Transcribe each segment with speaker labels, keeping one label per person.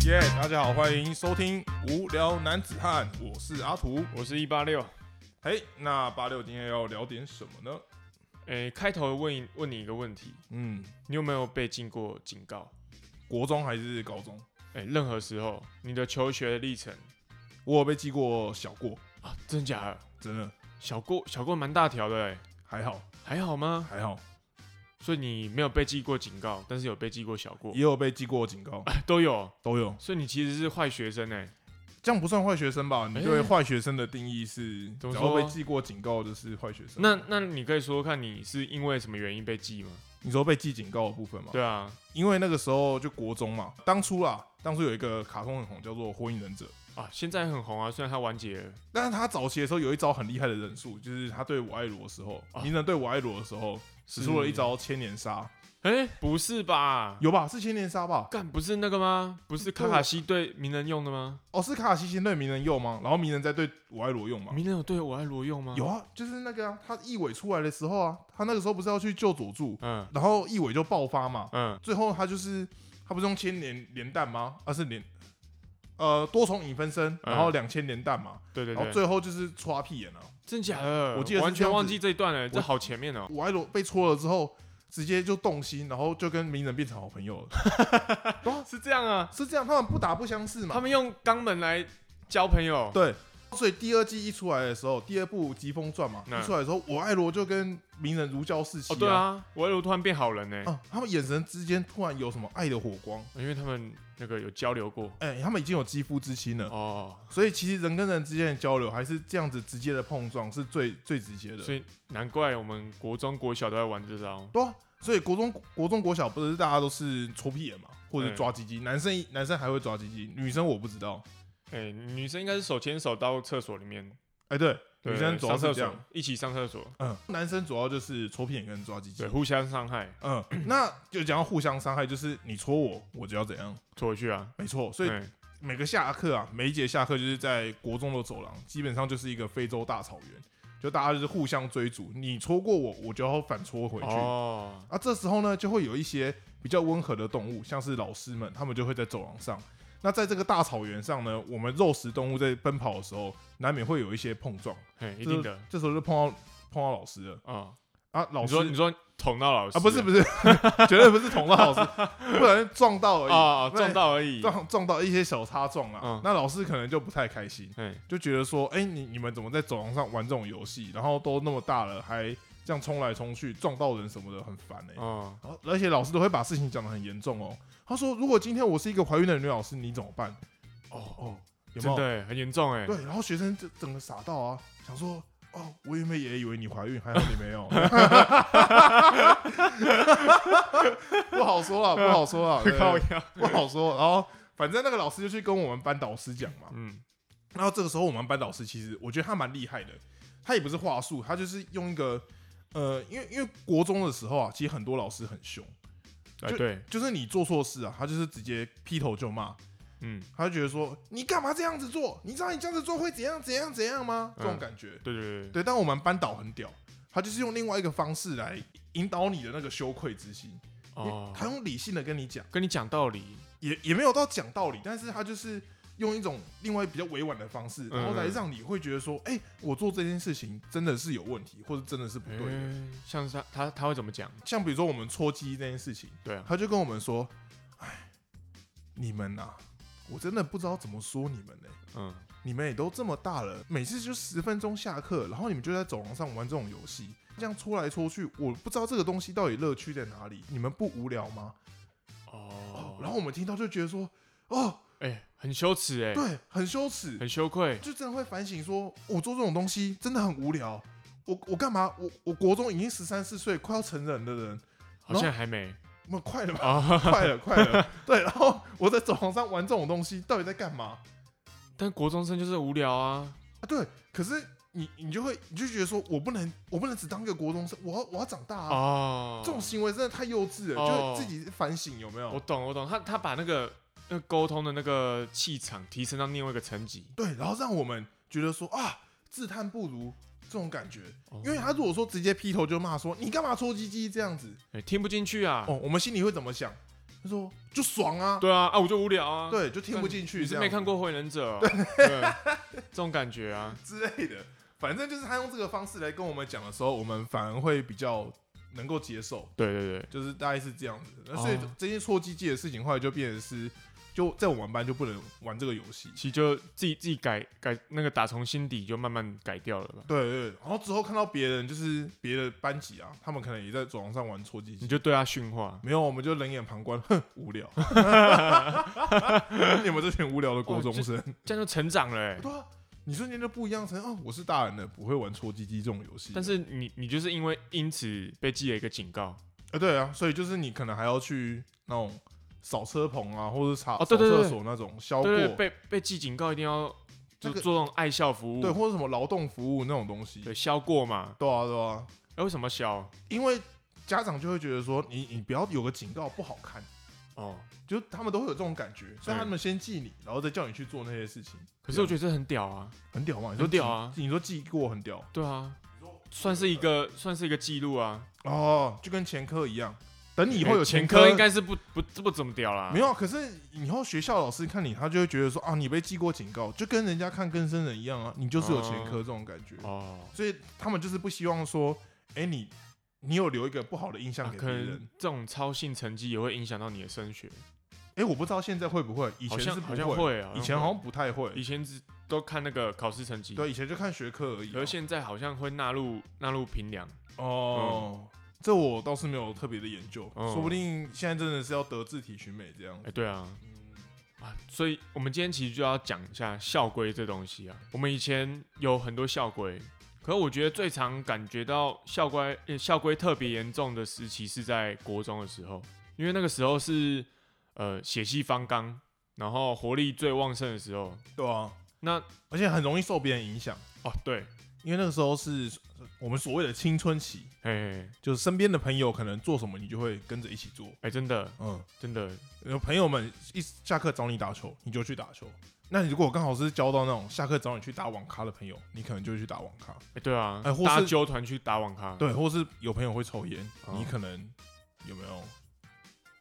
Speaker 1: 谢，大家好，欢迎收听《无聊男子汉》，我是阿图。
Speaker 2: 我是一八六。
Speaker 1: 嘿，那八六今天要聊点什么呢？
Speaker 2: 诶，开头问一问你一个问题，
Speaker 1: 嗯，
Speaker 2: 你有没有被进过警告？
Speaker 1: 国中还是高中？
Speaker 2: 诶，任何时候，你的求学历程
Speaker 1: 我有被记过小过，
Speaker 2: 啊，真假的？
Speaker 1: 真的
Speaker 2: 小过小过蛮大条的诶，
Speaker 1: 还好，
Speaker 2: 还好吗？
Speaker 1: 还好，
Speaker 2: 所以你没有被记过警告，但是有被记过小过，啊
Speaker 1: 也有被记过警告，
Speaker 2: 都有。
Speaker 1: 都有。
Speaker 2: 所以你其实是坏学生诶。
Speaker 1: 这样不算坏学生吧？你对
Speaker 2: 哎
Speaker 1: 坏学生的定义是，
Speaker 2: 怎
Speaker 1: 只
Speaker 2: 么
Speaker 1: 要被
Speaker 2: 说
Speaker 1: 记过警告就是坏学生。
Speaker 2: 那那你可以说说看你是因为什么原因被记吗？
Speaker 1: 你说被记警告的部分吗？
Speaker 2: 对啊，
Speaker 1: 因为那个时候就国中嘛，当初啦，当初有一个卡通很红，叫做《火影忍者》。
Speaker 2: 啊，现在很红啊，虽然它完结了，
Speaker 1: 但是他早期的时候有一招很厉害的忍术，就是他对我爱罗的时候，
Speaker 2: 啊
Speaker 1: 鸣人对我爱罗的时候，使出了一招千年杀，
Speaker 2: 嗯诶，不是吧？
Speaker 1: 有吧？是千年杀吧？
Speaker 2: 干不是那个吗？不是卡卡西对鸣人用的吗？
Speaker 1: 哦，是卡卡西先对鸣人用吗？然后鸣人再对我爱罗用吗？
Speaker 2: 鸣人有对我爱罗用吗？
Speaker 1: 有，啊，就是那个啊，他一尾出来的时候啊，他那个时候不是要去救佐助，
Speaker 2: 嗯
Speaker 1: 然后一尾就爆发嘛，
Speaker 2: 嗯，
Speaker 1: 最后他就是他不是用千年连弹吗？啊，是连呃多重影分身，
Speaker 2: 嗯
Speaker 1: 然后两千连弹嘛，
Speaker 2: 对对
Speaker 1: 然后
Speaker 2: 对，
Speaker 1: 最后就是戳他屁眼了、啊，
Speaker 2: 真假的？
Speaker 1: 我记得是
Speaker 2: 完
Speaker 1: 这
Speaker 2: 全
Speaker 1: 样
Speaker 2: 忘
Speaker 1: 子
Speaker 2: 记这一段了，这
Speaker 1: 我
Speaker 2: 好前面哦。
Speaker 1: 我爱罗被戳了之后，直接就动心，然后就跟鸣人变成好朋友了。
Speaker 2: 是这样啊，
Speaker 1: 是这样，他们不打不相识嘛。
Speaker 2: 他们用肛门来交朋友。
Speaker 1: 对，所以第二季一出来的时候，第二部《疾风传》嘛，
Speaker 2: 嗯
Speaker 1: 一出来的时候，我爱罗就跟鸣人如胶似漆、
Speaker 2: 哦，对，啊，我爱罗突然变好人呢、
Speaker 1: 啊，他们眼神之间突然有什么爱的火光。
Speaker 2: 因为他们那个有交流过。
Speaker 1: 哎、他们已经有肌肤之亲了，
Speaker 2: 哦，
Speaker 1: 所以其实人跟人之间的交流还是这样子直接的碰撞是最最直接的。
Speaker 2: 所以难怪我们国中、国小都在玩这招。
Speaker 1: 对、啊，所以国中国中国小不是大家都是搓屁眼嘛，或者
Speaker 2: 嗯
Speaker 1: 抓鸡鸡，男生男生还会抓鸡鸡，女生我不知道。
Speaker 2: 哎、女生应该是手牵手到厕所里面，
Speaker 1: 哎、对，
Speaker 2: 对
Speaker 1: 女生主要
Speaker 2: 上
Speaker 1: 是
Speaker 2: 厕
Speaker 1: 这样
Speaker 2: 所。一起上厕所，
Speaker 1: 嗯，男生主要就是搓屁眼跟抓鸡鸡
Speaker 2: 对，。互相伤害，
Speaker 1: 嗯， 那就讲到互相伤害，就是你戳我，我就要怎样，
Speaker 2: 拖回去啊。
Speaker 1: 没错。所
Speaker 2: 对，
Speaker 1: 以每个下课啊，每一节下课就是在国中的走廊，基本上就是一个非洲大草原，就大家就是互相追逐，你戳过我，我就要反戳回去。
Speaker 2: 哦，
Speaker 1: 啊，这时候呢，就会有一些比较温和的动物，像是老师们，他们就会在走廊上。那在这个大草原上呢，我们肉食动物在奔跑的时候，难免会有一些碰撞，
Speaker 2: 嘿，一
Speaker 1: 这
Speaker 2: 定的。
Speaker 1: 这时候就碰到碰到老师了
Speaker 2: 哦，
Speaker 1: 啊，老
Speaker 2: 你
Speaker 1: 师
Speaker 2: 说你说捅到老师
Speaker 1: 啊，不是不 是，绝对不是捅到老师，不然撞到而已，
Speaker 2: 啊、哦，
Speaker 1: 不然
Speaker 2: 撞到而已。
Speaker 1: 撞撞到一些小擦撞啦。
Speaker 2: 嗯
Speaker 1: 那老师可能就不太开心，
Speaker 2: 嘿，
Speaker 1: 就觉得说，哎、你你们怎么在走廊上玩这种游戏？然后都那么大了，还这样冲来冲去，撞到人什么的，很烦哎、
Speaker 2: 哦，
Speaker 1: 然后而且老师都会把事情讲得很严重哦。他说，如果今天我是一个怀孕的女老师，你怎么办？
Speaker 2: 哦哦，
Speaker 1: 有没
Speaker 2: 真
Speaker 1: 有
Speaker 2: 的？欸很严重哎。
Speaker 1: 对，然后学生就整个傻到啊，想说。哦，我原本也以为你怀孕，还好你 没有，不好说了，嗯不好说了，对
Speaker 2: 靠腰。
Speaker 1: 不好说。然后反正那个老师就去跟我们班导师讲嘛。
Speaker 2: 嗯，
Speaker 1: 然后这个时候我们班导师其实我觉得他蛮厉害的，他也不是话术，他就是用一个呃，因为因为国中的时候啊，其实很多老师很凶，
Speaker 2: 哎对，
Speaker 1: 就是你做错事啊，他就是直接劈头就骂，
Speaker 2: 嗯，
Speaker 1: 他就觉得说你干嘛这样子做？你知道你这样子做会怎样怎样怎样吗？这种
Speaker 2: 嗯
Speaker 1: 感觉。
Speaker 2: 对对对，
Speaker 1: 对，但我们班导很屌，他就是用另外一个方式来引导你的那个羞愧之心，因为
Speaker 2: 哦，
Speaker 1: 他用理性的跟你讲。
Speaker 2: 跟你讲道理，
Speaker 1: 也也没有到讲道理，但是他就是用一种另外比较委婉的方式，
Speaker 2: 嗯
Speaker 1: 然后来让你会觉得说，哎、我做这件事情真的是有问题，或者真的是不对的。
Speaker 2: 欸像是他他他会怎么讲？
Speaker 1: 像比如说我们搓鸡这件事情，
Speaker 2: 对啊，
Speaker 1: 他就跟我们说，哎，你们呐、我真的不知道怎么说你们呢、
Speaker 2: 嗯，
Speaker 1: 你们也都这么大了，每次就十分钟下课，然后你们就在走廊上玩这种游戏，这样搓来搓去，我不知道这个东西到底乐趣在哪里，你们不无聊吗？
Speaker 2: 哦，
Speaker 1: 然后我们听到就觉得说，哦，
Speaker 2: 哎，很羞耻哎，
Speaker 1: 对，很羞耻，
Speaker 2: 很羞愧，
Speaker 1: 就真的会反省说，哦我做这种东西真的很无聊。我我干嘛？我我国中已经十三四岁，快要成人的人，
Speaker 2: 好像还没
Speaker 1: 那快了吧？
Speaker 2: 啊。
Speaker 1: 快了，快了。对，然后我在走廊上玩这种东西，到底在干嘛？
Speaker 2: 但国中生就是无聊啊，
Speaker 1: 啊，对。可是你你就会你就觉得说我不能我不能只当一个国中生，我要我要长大啊！
Speaker 2: 哦，
Speaker 1: 这种行为真的太幼稚了，
Speaker 2: 哦
Speaker 1: 就自己反省有没有？
Speaker 2: 我懂我懂，他他把那个那个沟通的那个气场提升到另外一个层级，
Speaker 1: 对，然后让我们觉得说啊，自叹不如这种感觉。
Speaker 2: 哦
Speaker 1: 因为他如果说直接劈头就骂说你干嘛搓鸡鸡这样子，哦
Speaker 2: 哎听不进去啊，
Speaker 1: 哦，我们心里会怎么想？他说就爽啊，
Speaker 2: 对啊，啊，我就无聊啊，，
Speaker 1: 对，就听不进去
Speaker 2: 你
Speaker 1: 这
Speaker 2: 是
Speaker 1: 样，
Speaker 2: 没看过火影忍者、哦，对，这种感觉啊，
Speaker 1: 之类的。反正就是他用这个方式来跟我们讲的时候，我们反而会比较能够接受，
Speaker 2: 对对对，
Speaker 1: 就是大概是这样子。那
Speaker 2: 哦
Speaker 1: 所以这些搓机机的事情，后来就变成是，就在我们班就不能玩这个游戏。
Speaker 2: 其实就自己自己改改那个打从心底就慢慢改掉了吧，
Speaker 1: 对对，对然后之后看到别人就是别的班级啊，他们可能也在走廊上玩搓机
Speaker 2: 你
Speaker 1: 机，
Speaker 2: 就对他训话，
Speaker 1: 没有，我们就冷眼旁观，哼，无 聊。你们这群无聊的国中生，
Speaker 2: 这哦样就成长了、欸。
Speaker 1: 对啊，你瞬间就不一样成哦，我是大人了，不会玩搓机机这种游戏。
Speaker 2: 但是你你就是因为因此被记了一个警告
Speaker 1: 啊，对啊，所以就是你可能还要去那种扫车棚啊，或者查
Speaker 2: 哦
Speaker 1: 扫
Speaker 2: 对对对
Speaker 1: 厕所那种消过，
Speaker 2: 对对，被被记警告一定要就
Speaker 1: 那个
Speaker 2: 做那种爱校服务，
Speaker 1: 对，或者什么劳动服务那种东西，
Speaker 2: 对，消过嘛。
Speaker 1: 对啊，对啊，
Speaker 2: 哎、为什么消？
Speaker 1: 因为家长就会觉得说你你不要有个警告不好看，
Speaker 2: 哦，
Speaker 1: 就是他们都会有这种感觉，所以他们先记你，然后再叫你去做那些事情，
Speaker 2: 可是我觉得这很屌啊，
Speaker 1: 很屌嘛，你说
Speaker 2: 很屌啊，
Speaker 1: 记，你说记过很屌
Speaker 2: 对啊，算是一个算是一个记录啊。
Speaker 1: 哦，就跟前科一样，等你以后有
Speaker 2: 哎前
Speaker 1: 科
Speaker 2: 科应。该是不不这不怎么屌啦，
Speaker 1: 没有啊，可是以后学校老师看你，他就会觉得说啊，你被记过警告，就跟人家看更生人一样啊，你就是有前科这种感觉。
Speaker 2: 哦，
Speaker 1: 所以他们就是不希望说，哎、你你有留一个不好的印象
Speaker 2: 啊
Speaker 1: 给
Speaker 2: 可
Speaker 1: 别
Speaker 2: 能
Speaker 1: 人。
Speaker 2: 这种超性成绩也会影响到你的升学，
Speaker 1: 哎、我不知道现在会不会，以
Speaker 2: 好
Speaker 1: 前
Speaker 2: 像
Speaker 1: 是
Speaker 2: 好
Speaker 1: 不
Speaker 2: 像
Speaker 1: 会，
Speaker 2: 会啊，
Speaker 1: 以前好像不太
Speaker 2: 会以
Speaker 1: 会。
Speaker 2: 前只都看那个考试成绩，
Speaker 1: 对，以前就看学科而已啊、
Speaker 2: 可是现在好像会纳入纳入评量，
Speaker 1: 哦，这我倒是没有特别的研究，
Speaker 2: 嗯
Speaker 1: 说不定现在真的是要德智体群美这样
Speaker 2: 哎、。对啊，
Speaker 1: 嗯
Speaker 2: 啊，所以我们今天其实就要讲一下校规这东西啊。我们以前有很多校规，可我觉得最常感觉到校规、呃校规特别严重的时期是在国中的时候，因为那个时候是呃血气方刚，然后活力最旺盛的时候。
Speaker 1: 对啊，
Speaker 2: 那
Speaker 1: 而且很容易受别人影响，
Speaker 2: 哦，对，
Speaker 1: 因为那个时候是我们所谓的青春期，
Speaker 2: 哎哎
Speaker 1: 就是身边的朋友可能做什么，你就会跟着一起做。
Speaker 2: 哎，真的
Speaker 1: 嗯，
Speaker 2: 真的，
Speaker 1: 有朋友们一下课找你打球，你就去打球。那你如果刚好是交到那种下课找你去打网咖的朋友，你可能就会去打网咖。
Speaker 2: 哎，对啊，
Speaker 1: 哎或
Speaker 2: 大家
Speaker 1: 是
Speaker 2: 纠团去打网咖，，
Speaker 1: 对，或是有朋友会抽烟，
Speaker 2: 哦
Speaker 1: 你可能有没有？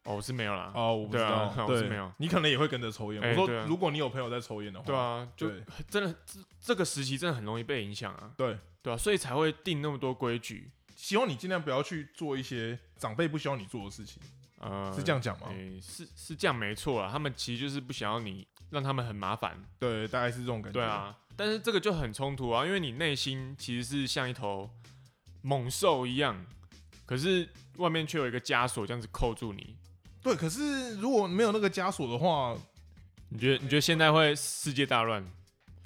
Speaker 2: 哦，我是没有啦，
Speaker 1: 啊，我不知
Speaker 2: 对啊
Speaker 1: 道，
Speaker 2: 我是
Speaker 1: 对
Speaker 2: 没有
Speaker 1: 你可能也会跟着抽烟。
Speaker 2: 哎
Speaker 1: 我说
Speaker 2: 对啊，
Speaker 1: 如果你有朋友在抽烟的话，
Speaker 2: 对啊，就
Speaker 1: 哦对
Speaker 2: 真的这这个时期真的很容易被影响啊。
Speaker 1: 对，
Speaker 2: 对啊，所以才会定那么多规矩。
Speaker 1: 希望你尽量不要去做一些长辈不希望你做的事情，
Speaker 2: 呃，
Speaker 1: 是这样讲吗？
Speaker 2: 诶、是是这样没错啊。他们其实就是不想要你让他们很麻烦。
Speaker 1: 对，大概是这种感觉。
Speaker 2: 对，啊，但是这个就很冲突啊，因为你内心其实是像一头猛兽一样，可是外面却有一个枷锁这样子扣住你。
Speaker 1: 对。可是如果没有那个枷锁的话，
Speaker 2: 你觉得你觉得现在会世界大乱？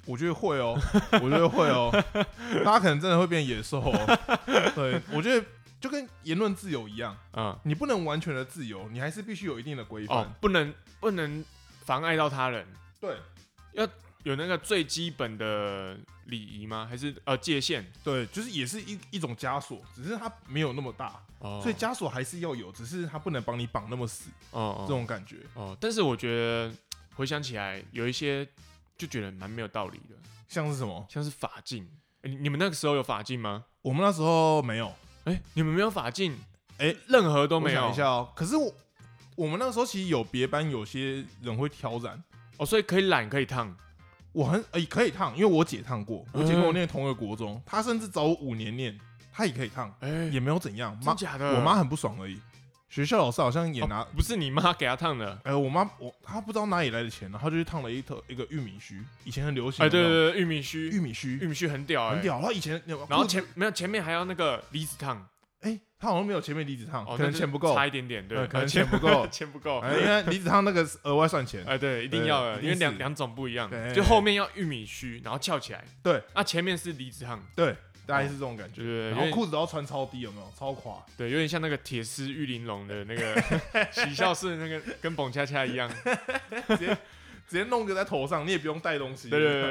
Speaker 1: 我觉得会哦，我觉得会哦， 大家可能真的会变野兽、哦。对，我觉得就跟言论自由一样，
Speaker 2: 嗯，
Speaker 1: 你不能完全的自由，你还是必须有一定的规范。
Speaker 2: 哦，不能不能妨碍到他人，
Speaker 1: 对
Speaker 2: 有那个最基本的礼仪吗？还是呃界限？
Speaker 1: 对，就是也是一一种枷锁，只是它没有那么大，
Speaker 2: 哦
Speaker 1: 所以枷锁还是要有，只是它不能帮你绑那么死，
Speaker 2: 哦哦
Speaker 1: 这种感觉。
Speaker 2: 哦，但是我觉得回想起来，有一些就觉得蛮没有道理的，
Speaker 1: 像是什么？
Speaker 2: 像是法镜。诶你你们那个时候有法镜吗？
Speaker 1: 我们那时候没有，
Speaker 2: 哎、你们没有法镜，
Speaker 1: 诶
Speaker 2: 任何都
Speaker 1: 我
Speaker 2: 没有
Speaker 1: 想一下哦。可是我我们那时候其实有别班有些人会挑染，
Speaker 2: 哦，所以可以染可以烫。
Speaker 1: 我很诶、可以烫，因为我姐烫过，我姐
Speaker 2: 嗯
Speaker 1: 跟我念同一个国中，她甚至早我五年念，她也可以烫，
Speaker 2: 哎、
Speaker 1: 也没有怎样。妈
Speaker 2: 真，假的？
Speaker 1: 我妈很不爽而已。学校老师好像也
Speaker 2: 哦
Speaker 1: 拿，
Speaker 2: 不是你妈给她烫的。
Speaker 1: 哎、我妈我她不知道哪里来的钱，然后就去烫了一头一个玉米须，以前很流行。
Speaker 2: 哎、对
Speaker 1: 有没有
Speaker 2: 对对，玉米须
Speaker 1: 玉，米须
Speaker 2: 玉米须很屌、哎，
Speaker 1: 很。屌。她以前然
Speaker 2: 然后前没有前面还要那个离子烫，
Speaker 1: 哎、她好像没有前面离子烫，
Speaker 2: 哦，
Speaker 1: 可能
Speaker 2: 那就
Speaker 1: 钱不够，
Speaker 2: 差一点点，对，
Speaker 1: 嗯可能
Speaker 2: 呃
Speaker 1: 钱不够
Speaker 2: 钱不够。
Speaker 1: 哎因为离子烫那个是额外算钱。
Speaker 2: 哎，对，一定
Speaker 1: 对
Speaker 2: 要的，
Speaker 1: 一定
Speaker 2: 因为两
Speaker 1: 是
Speaker 2: 两种不一样，
Speaker 1: 对
Speaker 2: 就后面要玉米须，然后翘起来，
Speaker 1: 对，
Speaker 2: 啊，前面是离子烫，
Speaker 1: 对，大概是这种感觉。
Speaker 2: 对对对，
Speaker 1: 然
Speaker 2: 有
Speaker 1: 后
Speaker 2: 点
Speaker 1: 裤子都要穿超低，有没有？超垮。
Speaker 2: 对，有点像那个铁丝玉玲珑的 那个喜笑式，那个跟蹦恰恰一样，
Speaker 1: 直接弄个在头上，你也不用带东西。
Speaker 2: 对对对对对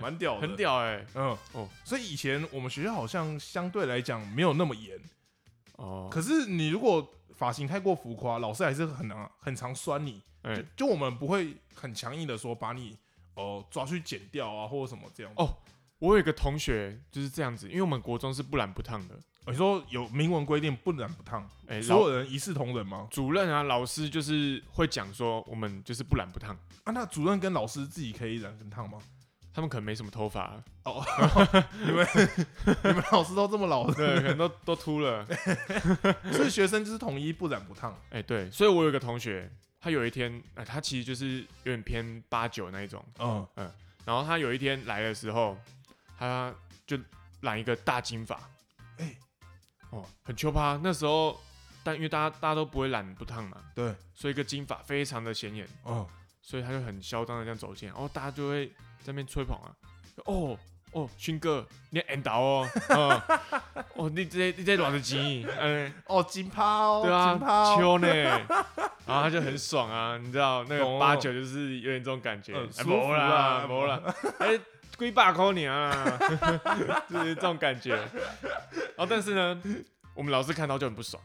Speaker 1: 蛮屌
Speaker 2: 对，
Speaker 1: 的，
Speaker 2: 很屌哎、
Speaker 1: 嗯
Speaker 2: 哦
Speaker 1: 哦，所以以前我们学校好像相对来讲没有那么严，
Speaker 2: 哦，
Speaker 1: 可是你如果发型太过浮夸，老师还是很难很常酸你。
Speaker 2: 哎、
Speaker 1: 就就我们不会很强硬的说把你哦、呃抓去剪掉啊，或者什么这样。
Speaker 2: 哦我有一个同学就是这样子，因为我们国中是不染不烫的，
Speaker 1: 呃你说有明文规定不染不烫，
Speaker 2: 哎、
Speaker 1: 所
Speaker 2: 老
Speaker 1: 有人一视同仁吗？
Speaker 2: 主任啊，老师就是会讲说，我们就是不染不烫，
Speaker 1: 啊，那主任跟老师自己可以染跟烫吗？
Speaker 2: 他们可能没什么头发，啊
Speaker 1: 哦，你们 你们老师都这么老了，
Speaker 2: 对，可能都都秃了。
Speaker 1: 所以学生就是统一不染不烫。
Speaker 2: 哎、对，所以我有一个同学，他有一天，呃，他其实就是有点偏八九那一种，
Speaker 1: 嗯，
Speaker 2: 然后他有一天来的时候，他就染一个大金发，
Speaker 1: 哎
Speaker 2: 哦，很秋趴。那时候，但因为大家大家都不会染不烫嘛，
Speaker 1: 对，
Speaker 2: 所以一个金发非常的显眼，
Speaker 1: 嗯，
Speaker 2: 所以他就很嚣张的这样走进来，然、后哦大家就会在那边吹捧啊，哦哦，勋哥，你 N 倒哦，哦哦，你这你这多少钱？嗯、
Speaker 1: 哦，金趴哦，
Speaker 2: 对啊
Speaker 1: 金趴，哦，
Speaker 2: 秋呢， 然后他就很爽啊，你知道那
Speaker 1: 懂
Speaker 2: 个八九就是有点这种感觉，
Speaker 1: 哦嗯
Speaker 2: 哎
Speaker 1: 舒服
Speaker 2: 没
Speaker 1: 啦
Speaker 2: 啦，没啦，哎，龟爸扣你啊， 就是这种感觉。然后但是呢，我们老师看到就很不爽，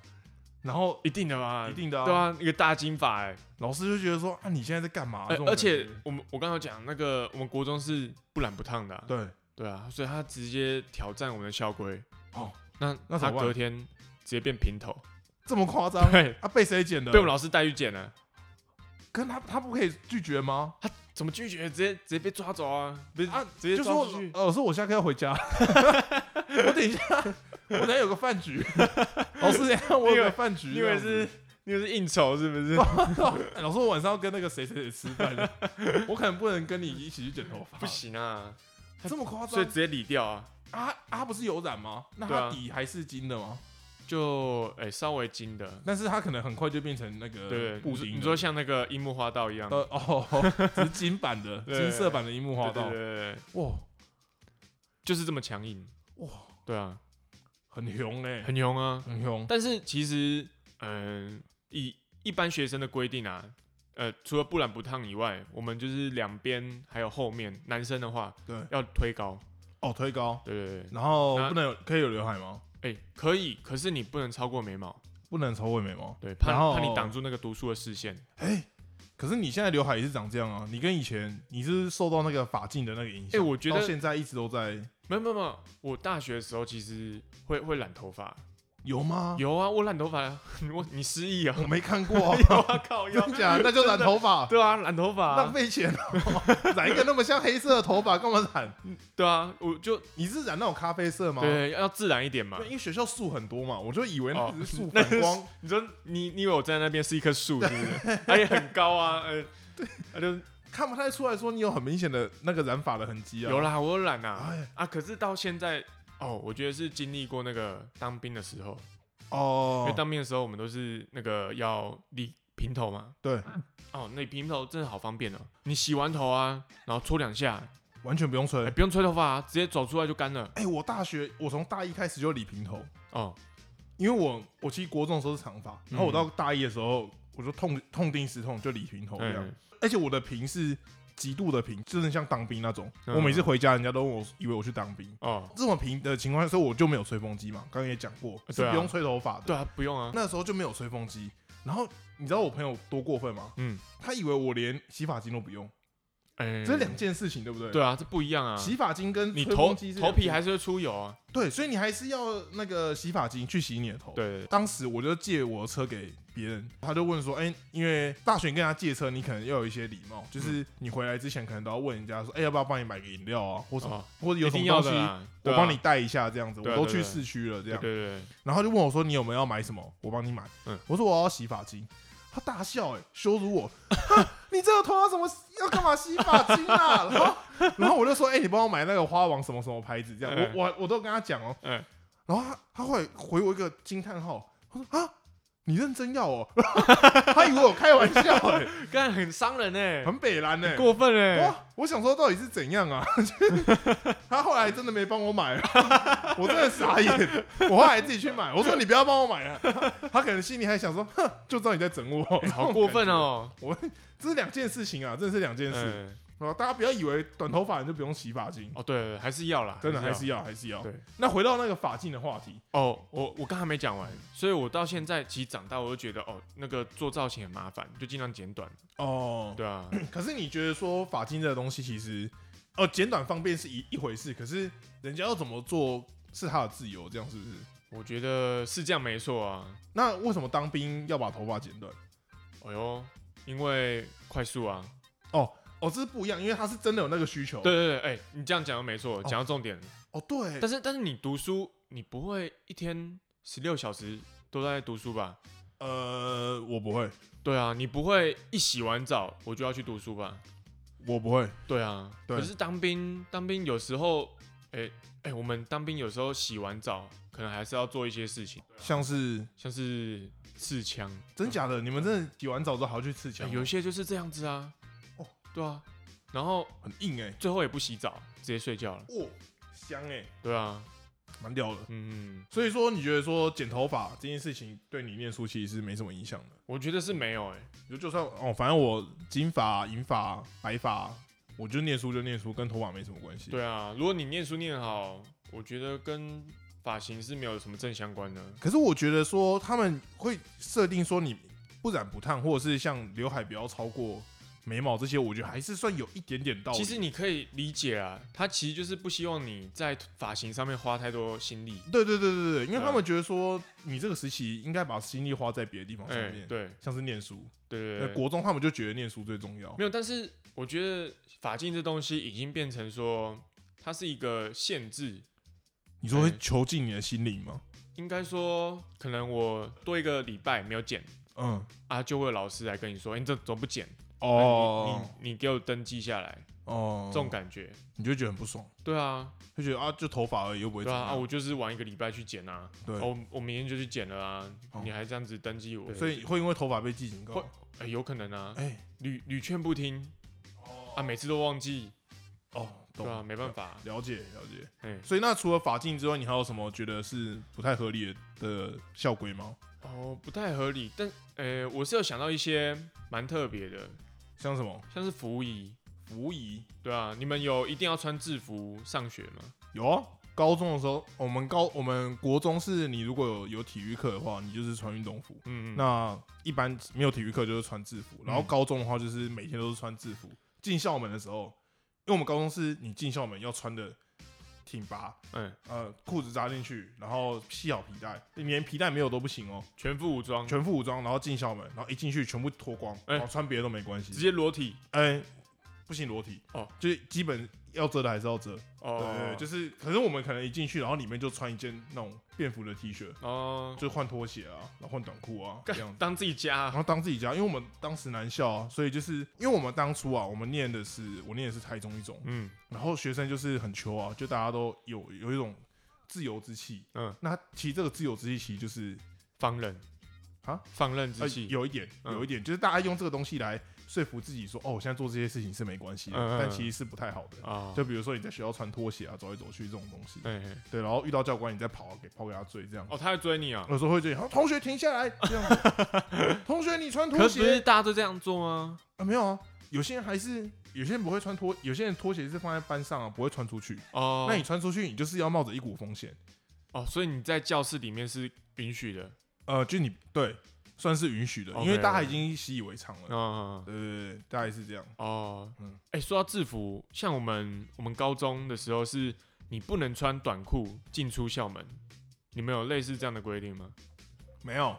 Speaker 1: 然后
Speaker 2: 一定的嘛，
Speaker 1: 一定的啊
Speaker 2: 对啊，一个大金发哎，
Speaker 1: 老师就觉得说啊，你现在在干嘛？这
Speaker 2: 哎
Speaker 1: 种
Speaker 2: 而
Speaker 1: 感觉
Speaker 2: 且我们我刚刚讲那个我们国中是不染不烫的啊，
Speaker 1: 对，
Speaker 2: 对啊，所以他直接挑战我们的校规，
Speaker 1: 哦，
Speaker 2: 那
Speaker 1: 那怎
Speaker 2: 他
Speaker 1: 么办
Speaker 2: 隔天直接变平头，
Speaker 1: 这么夸张
Speaker 2: 对，
Speaker 1: 啊？被谁剪的？
Speaker 2: 被我们老师带去剪了。
Speaker 1: 跟他他不可以拒绝吗？
Speaker 2: 怎么拒绝？直接直接被抓走啊！不是
Speaker 1: 啊
Speaker 2: 直接
Speaker 1: 就
Speaker 2: 抓
Speaker 1: 说
Speaker 2: 出去。
Speaker 1: 呃，我说我下课要回 家，我等一下，我等一下有个饭 局，老师，等一下我有个饭局，
Speaker 2: 你以为是你以为是应酬是不
Speaker 1: 这
Speaker 2: 是？
Speaker 1: 样子 哎老师，我晚上要跟那个谁谁谁吃饭，我可能不能跟你一起去剪头发，
Speaker 2: 不，行啊，
Speaker 1: 这么夸
Speaker 2: 所以
Speaker 1: 张
Speaker 2: 直接理掉啊。
Speaker 1: 啊？啊他不是有染吗？那
Speaker 2: 对
Speaker 1: 他
Speaker 2: 啊
Speaker 1: 底还是金的吗？
Speaker 2: 就哎、稍微精的，
Speaker 1: 但是他可能很快就变成那个
Speaker 2: 对
Speaker 1: 布
Speaker 2: 不对？
Speaker 1: 丁
Speaker 2: 你说
Speaker 1: 了，
Speaker 2: 你说像那个樱木花道一样，
Speaker 1: 呃哦，只是金版的
Speaker 2: 对
Speaker 1: 金色版的樱木花
Speaker 2: 对对
Speaker 1: 道
Speaker 2: 对，对，对
Speaker 1: 哇，
Speaker 2: 就是这么强硬
Speaker 1: 哇
Speaker 2: 哇！对啊，
Speaker 1: 很凶嘞，
Speaker 2: 很勇啊。
Speaker 1: 很凶，
Speaker 2: 但是其实，嗯、以一般学生的规定啊，呃，除了不染不烫以外，我们就是两边还有后面，男生的话
Speaker 1: 对，
Speaker 2: 要推高，
Speaker 1: 哦，推高，
Speaker 2: 对对对，
Speaker 1: 然后
Speaker 2: 那
Speaker 1: 不能有可以有刘海吗？
Speaker 2: 哎、可以，可是你不能超过眉毛。
Speaker 1: 不能超过眉毛。
Speaker 2: 对，怕
Speaker 1: 然后
Speaker 2: 怕你挡住那个读书的视线。
Speaker 1: 哎可是你现在刘海也是长这样啊，你跟以前你是不是受到那个发镜的那个影
Speaker 2: 哎、
Speaker 1: 响，
Speaker 2: 我觉
Speaker 1: 到
Speaker 2: 得
Speaker 1: 现在一直都在
Speaker 2: 没有没有没有，我大学的时候其实会会染头发，
Speaker 1: 有吗？
Speaker 2: 有啊，我染头发 啊，我你失忆啊？
Speaker 1: 我没看过、啊，
Speaker 2: 有啊，靠 腰
Speaker 1: 真，假？那就染头发，
Speaker 2: 对啊，染头发
Speaker 1: 浪
Speaker 2: 啊、
Speaker 1: 费钱、哦，染一个那么像黑色的头发干嘛染？
Speaker 2: 对啊，我就
Speaker 1: 你是染那种咖啡色吗？
Speaker 2: 对要自然一点嘛
Speaker 1: 对，。因为学校树很多嘛，我就以为那
Speaker 2: 哦
Speaker 1: 只是树
Speaker 2: 那
Speaker 1: 反 光，
Speaker 2: 你说你你以为我站在那边是一棵树是不是？它也很高啊， 呃，啊就
Speaker 1: 看不太出来说你有很明显的那个染发的痕迹啊。
Speaker 2: 有啦，我有染啊
Speaker 1: 哎，
Speaker 2: 啊，可是到现在哦，我觉得是经历过那个当兵的时候，因为
Speaker 1: 哦，
Speaker 2: 当兵的时候我们都是那个要理平头嘛，
Speaker 1: 对，
Speaker 2: 哦，那你平头真的好方便哦！你洗完头啊，然后搓两下，
Speaker 1: 完全不用吹
Speaker 2: 哎、。不用吹头发、啊，直接走出来就干了。
Speaker 1: 哎、我大学我从大一开始就理平头，
Speaker 2: 哦，
Speaker 1: 因为我我其实国中的时候是长发，
Speaker 2: 嗯
Speaker 1: 然后我到大一的时候我就痛痛定思痛就理平头这样，
Speaker 2: 嗯，
Speaker 1: 而且我的平是极度的平，就是像当兵那种。
Speaker 2: 嗯
Speaker 1: 我每次回家，人家都问我以为我去当兵。
Speaker 2: 哦，
Speaker 1: 这么平的情况下，所以我就没有吹风机嘛，刚刚也讲过
Speaker 2: 啊
Speaker 1: 是
Speaker 2: 对啊
Speaker 1: 不用吹头发的。
Speaker 2: 对啊，不用啊，
Speaker 1: 那时候就没有吹风机，然后你知道我朋友多过分吗？
Speaker 2: 嗯，
Speaker 1: 他以为我连洗发精都不用，
Speaker 2: 哎、
Speaker 1: 这是两件事情，对不对？
Speaker 2: 对啊，这不一样啊。
Speaker 1: 洗发精跟
Speaker 2: 你
Speaker 1: 吹
Speaker 2: 头
Speaker 1: 风机是
Speaker 2: 头
Speaker 1: 两
Speaker 2: 皮
Speaker 1: 件
Speaker 2: 还是会出油啊？
Speaker 1: 对，所以你还是要那个洗发精去洗你的头。
Speaker 2: 对，
Speaker 1: 当时我就借我的车给别人，他就问说：“哎、因为大学你跟他借车，你可能要有一些礼貌，
Speaker 2: 嗯
Speaker 1: 就是你回来之前可能都要问人家说：‘哎、要不要帮你买个饮料啊？’或什么，
Speaker 2: 哦，
Speaker 1: 或者有
Speaker 2: 一
Speaker 1: 什
Speaker 2: 定
Speaker 1: 么
Speaker 2: 要
Speaker 1: 东西
Speaker 2: 的啦。
Speaker 1: 我
Speaker 2: 对啊
Speaker 1: 帮你，带一下，这样子。
Speaker 2: 对啊
Speaker 1: 我都去
Speaker 2: 对啊
Speaker 1: 市区了，这
Speaker 2: 对
Speaker 1: 样。
Speaker 2: 对对，
Speaker 1: 然后就问我说：‘你有没有要买什么？我帮你买。’
Speaker 2: 嗯
Speaker 1: 我说：‘我要洗发精。’他大笑、哎，羞辱我！哈你这个头要怎么要干嘛洗发精啊？ 然后，然后我就说：‘哎、你帮我买那个花王什么什么牌子？’这样，
Speaker 2: 嗯
Speaker 1: 我我我都跟他讲哦、
Speaker 2: 嗯，
Speaker 1: 然后他他后来回我一个惊叹号，他说啊，你认真要哦， 他以为我开玩笑哎、
Speaker 2: 干很伤人哎、
Speaker 1: 很北蓝哎、
Speaker 2: 过分哎、
Speaker 1: 哇，我想说到底是怎样啊？ 他后来真的没帮我买，啊 我真的傻眼。我后来自己去买，我说你不要帮我买啊。他可能心里还想说，哼，就知道你在整我，
Speaker 2: 哎好过分哦、
Speaker 1: 这是两件事情啊，真的是两件事。
Speaker 2: 嗯，
Speaker 1: 然后大家不要以为短头发人就不用洗发精，
Speaker 2: 哦，对对，对还是要啦，
Speaker 1: 真的还是
Speaker 2: 要。
Speaker 1: 要还是要
Speaker 2: 对。
Speaker 1: 那回到那个发镜的话题，
Speaker 2: 哦，我我刚还没讲完，所以我到现在其实长大，我就觉得哦，那个做造型很麻烦，就尽量剪短。
Speaker 1: 哦，
Speaker 2: 对啊，
Speaker 1: 可是你觉得说法金这个东西，其实哦，简短方便是一一回事，可是人家要怎么做是他的自由，这样是不是？
Speaker 2: 我觉得是这样没错啊。
Speaker 1: 那为什么当兵要把头发剪短？
Speaker 2: 哎呦，因为快速啊。
Speaker 1: 哦，这是不一样，因为他是真的有那个需求。
Speaker 2: 对，对对，哎、你这样讲的没错，讲到重点了。
Speaker 1: 哦对，
Speaker 2: 但是但是你读书，你不会一天十六小时都在读书吧？
Speaker 1: 呃，我不会，
Speaker 2: 对啊，你不会一洗完澡我就要去读书吧？
Speaker 1: 我不会。
Speaker 2: 对啊，
Speaker 1: 对
Speaker 2: 可是当兵，当兵有时候，哎、哎、我们当兵有时候洗完澡，可能还是要做一些事情，
Speaker 1: 像是
Speaker 2: 像是刺枪，
Speaker 1: 真假的，你们真的洗完澡之后还要去刺
Speaker 2: 哎、
Speaker 1: 枪，
Speaker 2: 有一些就是这样子啊。
Speaker 1: 哦
Speaker 2: 哦，对啊，然后
Speaker 1: 很硬哎，
Speaker 2: 最后也不洗澡，直接睡觉了。
Speaker 1: 哦，香哎，
Speaker 2: 对啊，
Speaker 1: 蛮屌的。
Speaker 2: 嗯，
Speaker 1: 所以说，你觉得说剪头发这件事情对你念书其实是没什么影响的？
Speaker 2: 我觉得是没有哎、
Speaker 1: 就就算哦，反正我金发、银发、白发，我就念书就念书，跟头发没什么关系。，
Speaker 2: 对啊，如果你念书念好，我觉得跟发型是没有什么正相关的。
Speaker 1: 可是我觉得说他们会设定说你不染不烫，或者是像刘海不要超过眉毛这些，我觉得还是算有一点点道理。
Speaker 2: 其实你可以理解啊，他其实就是不希望你在发型上面花太多心力。
Speaker 1: 对对对对对，因为他们觉得说你这个时期应该把心力花在别的地方
Speaker 2: 哎、
Speaker 1: 哦上面，
Speaker 2: 对
Speaker 1: 像是念书。
Speaker 2: 对
Speaker 1: 那
Speaker 2: 对对，
Speaker 1: 国中他们就觉得念书最重要。
Speaker 2: 没有。但是我觉得发镜这东西已经变成说，它是一个限制。
Speaker 1: 你说会
Speaker 2: 哎
Speaker 1: 囚禁你的心灵吗？
Speaker 2: 应该说，可能我多一个礼拜没有剪
Speaker 1: 嗯，
Speaker 2: 啊，就会有老师来跟你说，哎你这怎么不剪？啊
Speaker 1: 哦
Speaker 2: 你你你给我登记下来，
Speaker 1: 哦，
Speaker 2: 这种感觉。
Speaker 1: 你就会觉得很不爽，
Speaker 2: 对啊，
Speaker 1: 就觉得啊，就头发而已，又不会
Speaker 2: 对
Speaker 1: 怎
Speaker 2: 啊，
Speaker 1: 么
Speaker 2: 啊，
Speaker 1: 样。
Speaker 2: 我就是玩一个礼拜去剪啊，
Speaker 1: 对
Speaker 2: 啊我我明天就去剪了啊，
Speaker 1: 哦
Speaker 2: 你还这样子登记我，
Speaker 1: 所以会因为头发被记警告
Speaker 2: 会。哎、有可能啊，
Speaker 1: 哎，
Speaker 2: 屡屡劝不听，啊，每次都忘记，
Speaker 1: 哦，
Speaker 2: 对啊，
Speaker 1: 懂，
Speaker 2: 没办法，
Speaker 1: 了解了解。
Speaker 2: 哎、
Speaker 1: 所以那除了法镜之外，你还有什么觉得是不太合理的的校规吗？
Speaker 2: 哦，不太合理，但呃，我是有想到一些蛮特别的，
Speaker 1: 像什么
Speaker 2: 像是服仪，
Speaker 1: 服仪？
Speaker 2: 对啊，你们有一定要穿制服上学吗？
Speaker 1: 有啊，高中的时候，我们高我们国中是你如果有有体育课的话，你就是穿运动服。
Speaker 2: 嗯，嗯
Speaker 1: 那一般没有体育课就是穿制服，然后
Speaker 2: 嗯
Speaker 1: 高中的话就是每天都是穿制服。进校门的时候，因为我们高中是你进校门要穿的挺拔，
Speaker 2: 嗯，
Speaker 1: 呃，裤子扎进去，然后系好皮带，你连皮带没有都不行哦，
Speaker 2: 全副武装，
Speaker 1: 全副武装，然后进校门，然后一进去全部脱光，
Speaker 2: 哎
Speaker 1: 然后穿别的都没关
Speaker 2: 直
Speaker 1: 系，
Speaker 2: 接裸体，
Speaker 1: 哎、不行裸体
Speaker 2: 哦，
Speaker 1: 就是基本要遮的还是要遮，
Speaker 2: 哦，
Speaker 1: 对对，就是，可是我们可能一进去，然后里面就穿一件那种便服的 T 恤，
Speaker 2: 哦，
Speaker 1: 就换拖鞋啊，然后换短裤啊，这样子。
Speaker 2: 当自己家
Speaker 1: 然
Speaker 2: 啊，
Speaker 1: 后当自己家，因为我们当时南校、啊，所以就是因为我们当初啊，我们念的是我念的是台中一中，
Speaker 2: 嗯，
Speaker 1: 然后学生就是很穷啊，就大家都有有一种自由之气，
Speaker 2: 嗯，
Speaker 1: 那其实这个自由之气其实就是
Speaker 2: 放任
Speaker 1: 啊，
Speaker 2: 放任
Speaker 1: 呃
Speaker 2: 之气，
Speaker 1: 有一点
Speaker 2: 嗯
Speaker 1: 有一点，就是大家用这个东西来说服自己说，哦，我现在做这些事情是没关系的，
Speaker 2: 嗯嗯嗯
Speaker 1: 但其实是不太好的。
Speaker 2: 啊，
Speaker 1: 就比如说你在学校穿拖鞋啊，走来走去这种东西，
Speaker 2: 哎、嘿
Speaker 1: 对，然后遇到教官你再跑啊给跑给他追这样，
Speaker 2: 哦，他会追你啊。
Speaker 1: 有时候会追，同学停下来这样子， 同学你穿
Speaker 2: 可
Speaker 1: 拖
Speaker 2: 是不是
Speaker 1: 鞋
Speaker 2: 大家都这样做吗？
Speaker 1: 啊？没有啊，有些人还是有些人不会穿拖，有些人拖鞋是放在班上啊，不会穿出去。
Speaker 2: 哦，
Speaker 1: 那你穿出去，你就是要冒着一股风险，
Speaker 2: 哦，所以你在教室里面是允许的。
Speaker 1: 呃，就你对算是允许的，
Speaker 2: OK，
Speaker 1: 因为大家已经习以为常了。
Speaker 2: 嗯，
Speaker 1: 对对对，大概是这样。
Speaker 2: 哦，
Speaker 1: 嗯
Speaker 2: 嗯，哎、说到制服，像我们我们高中的时候是，你不能穿短裤进出校门，你们有类似这样的规定吗？
Speaker 1: 没有，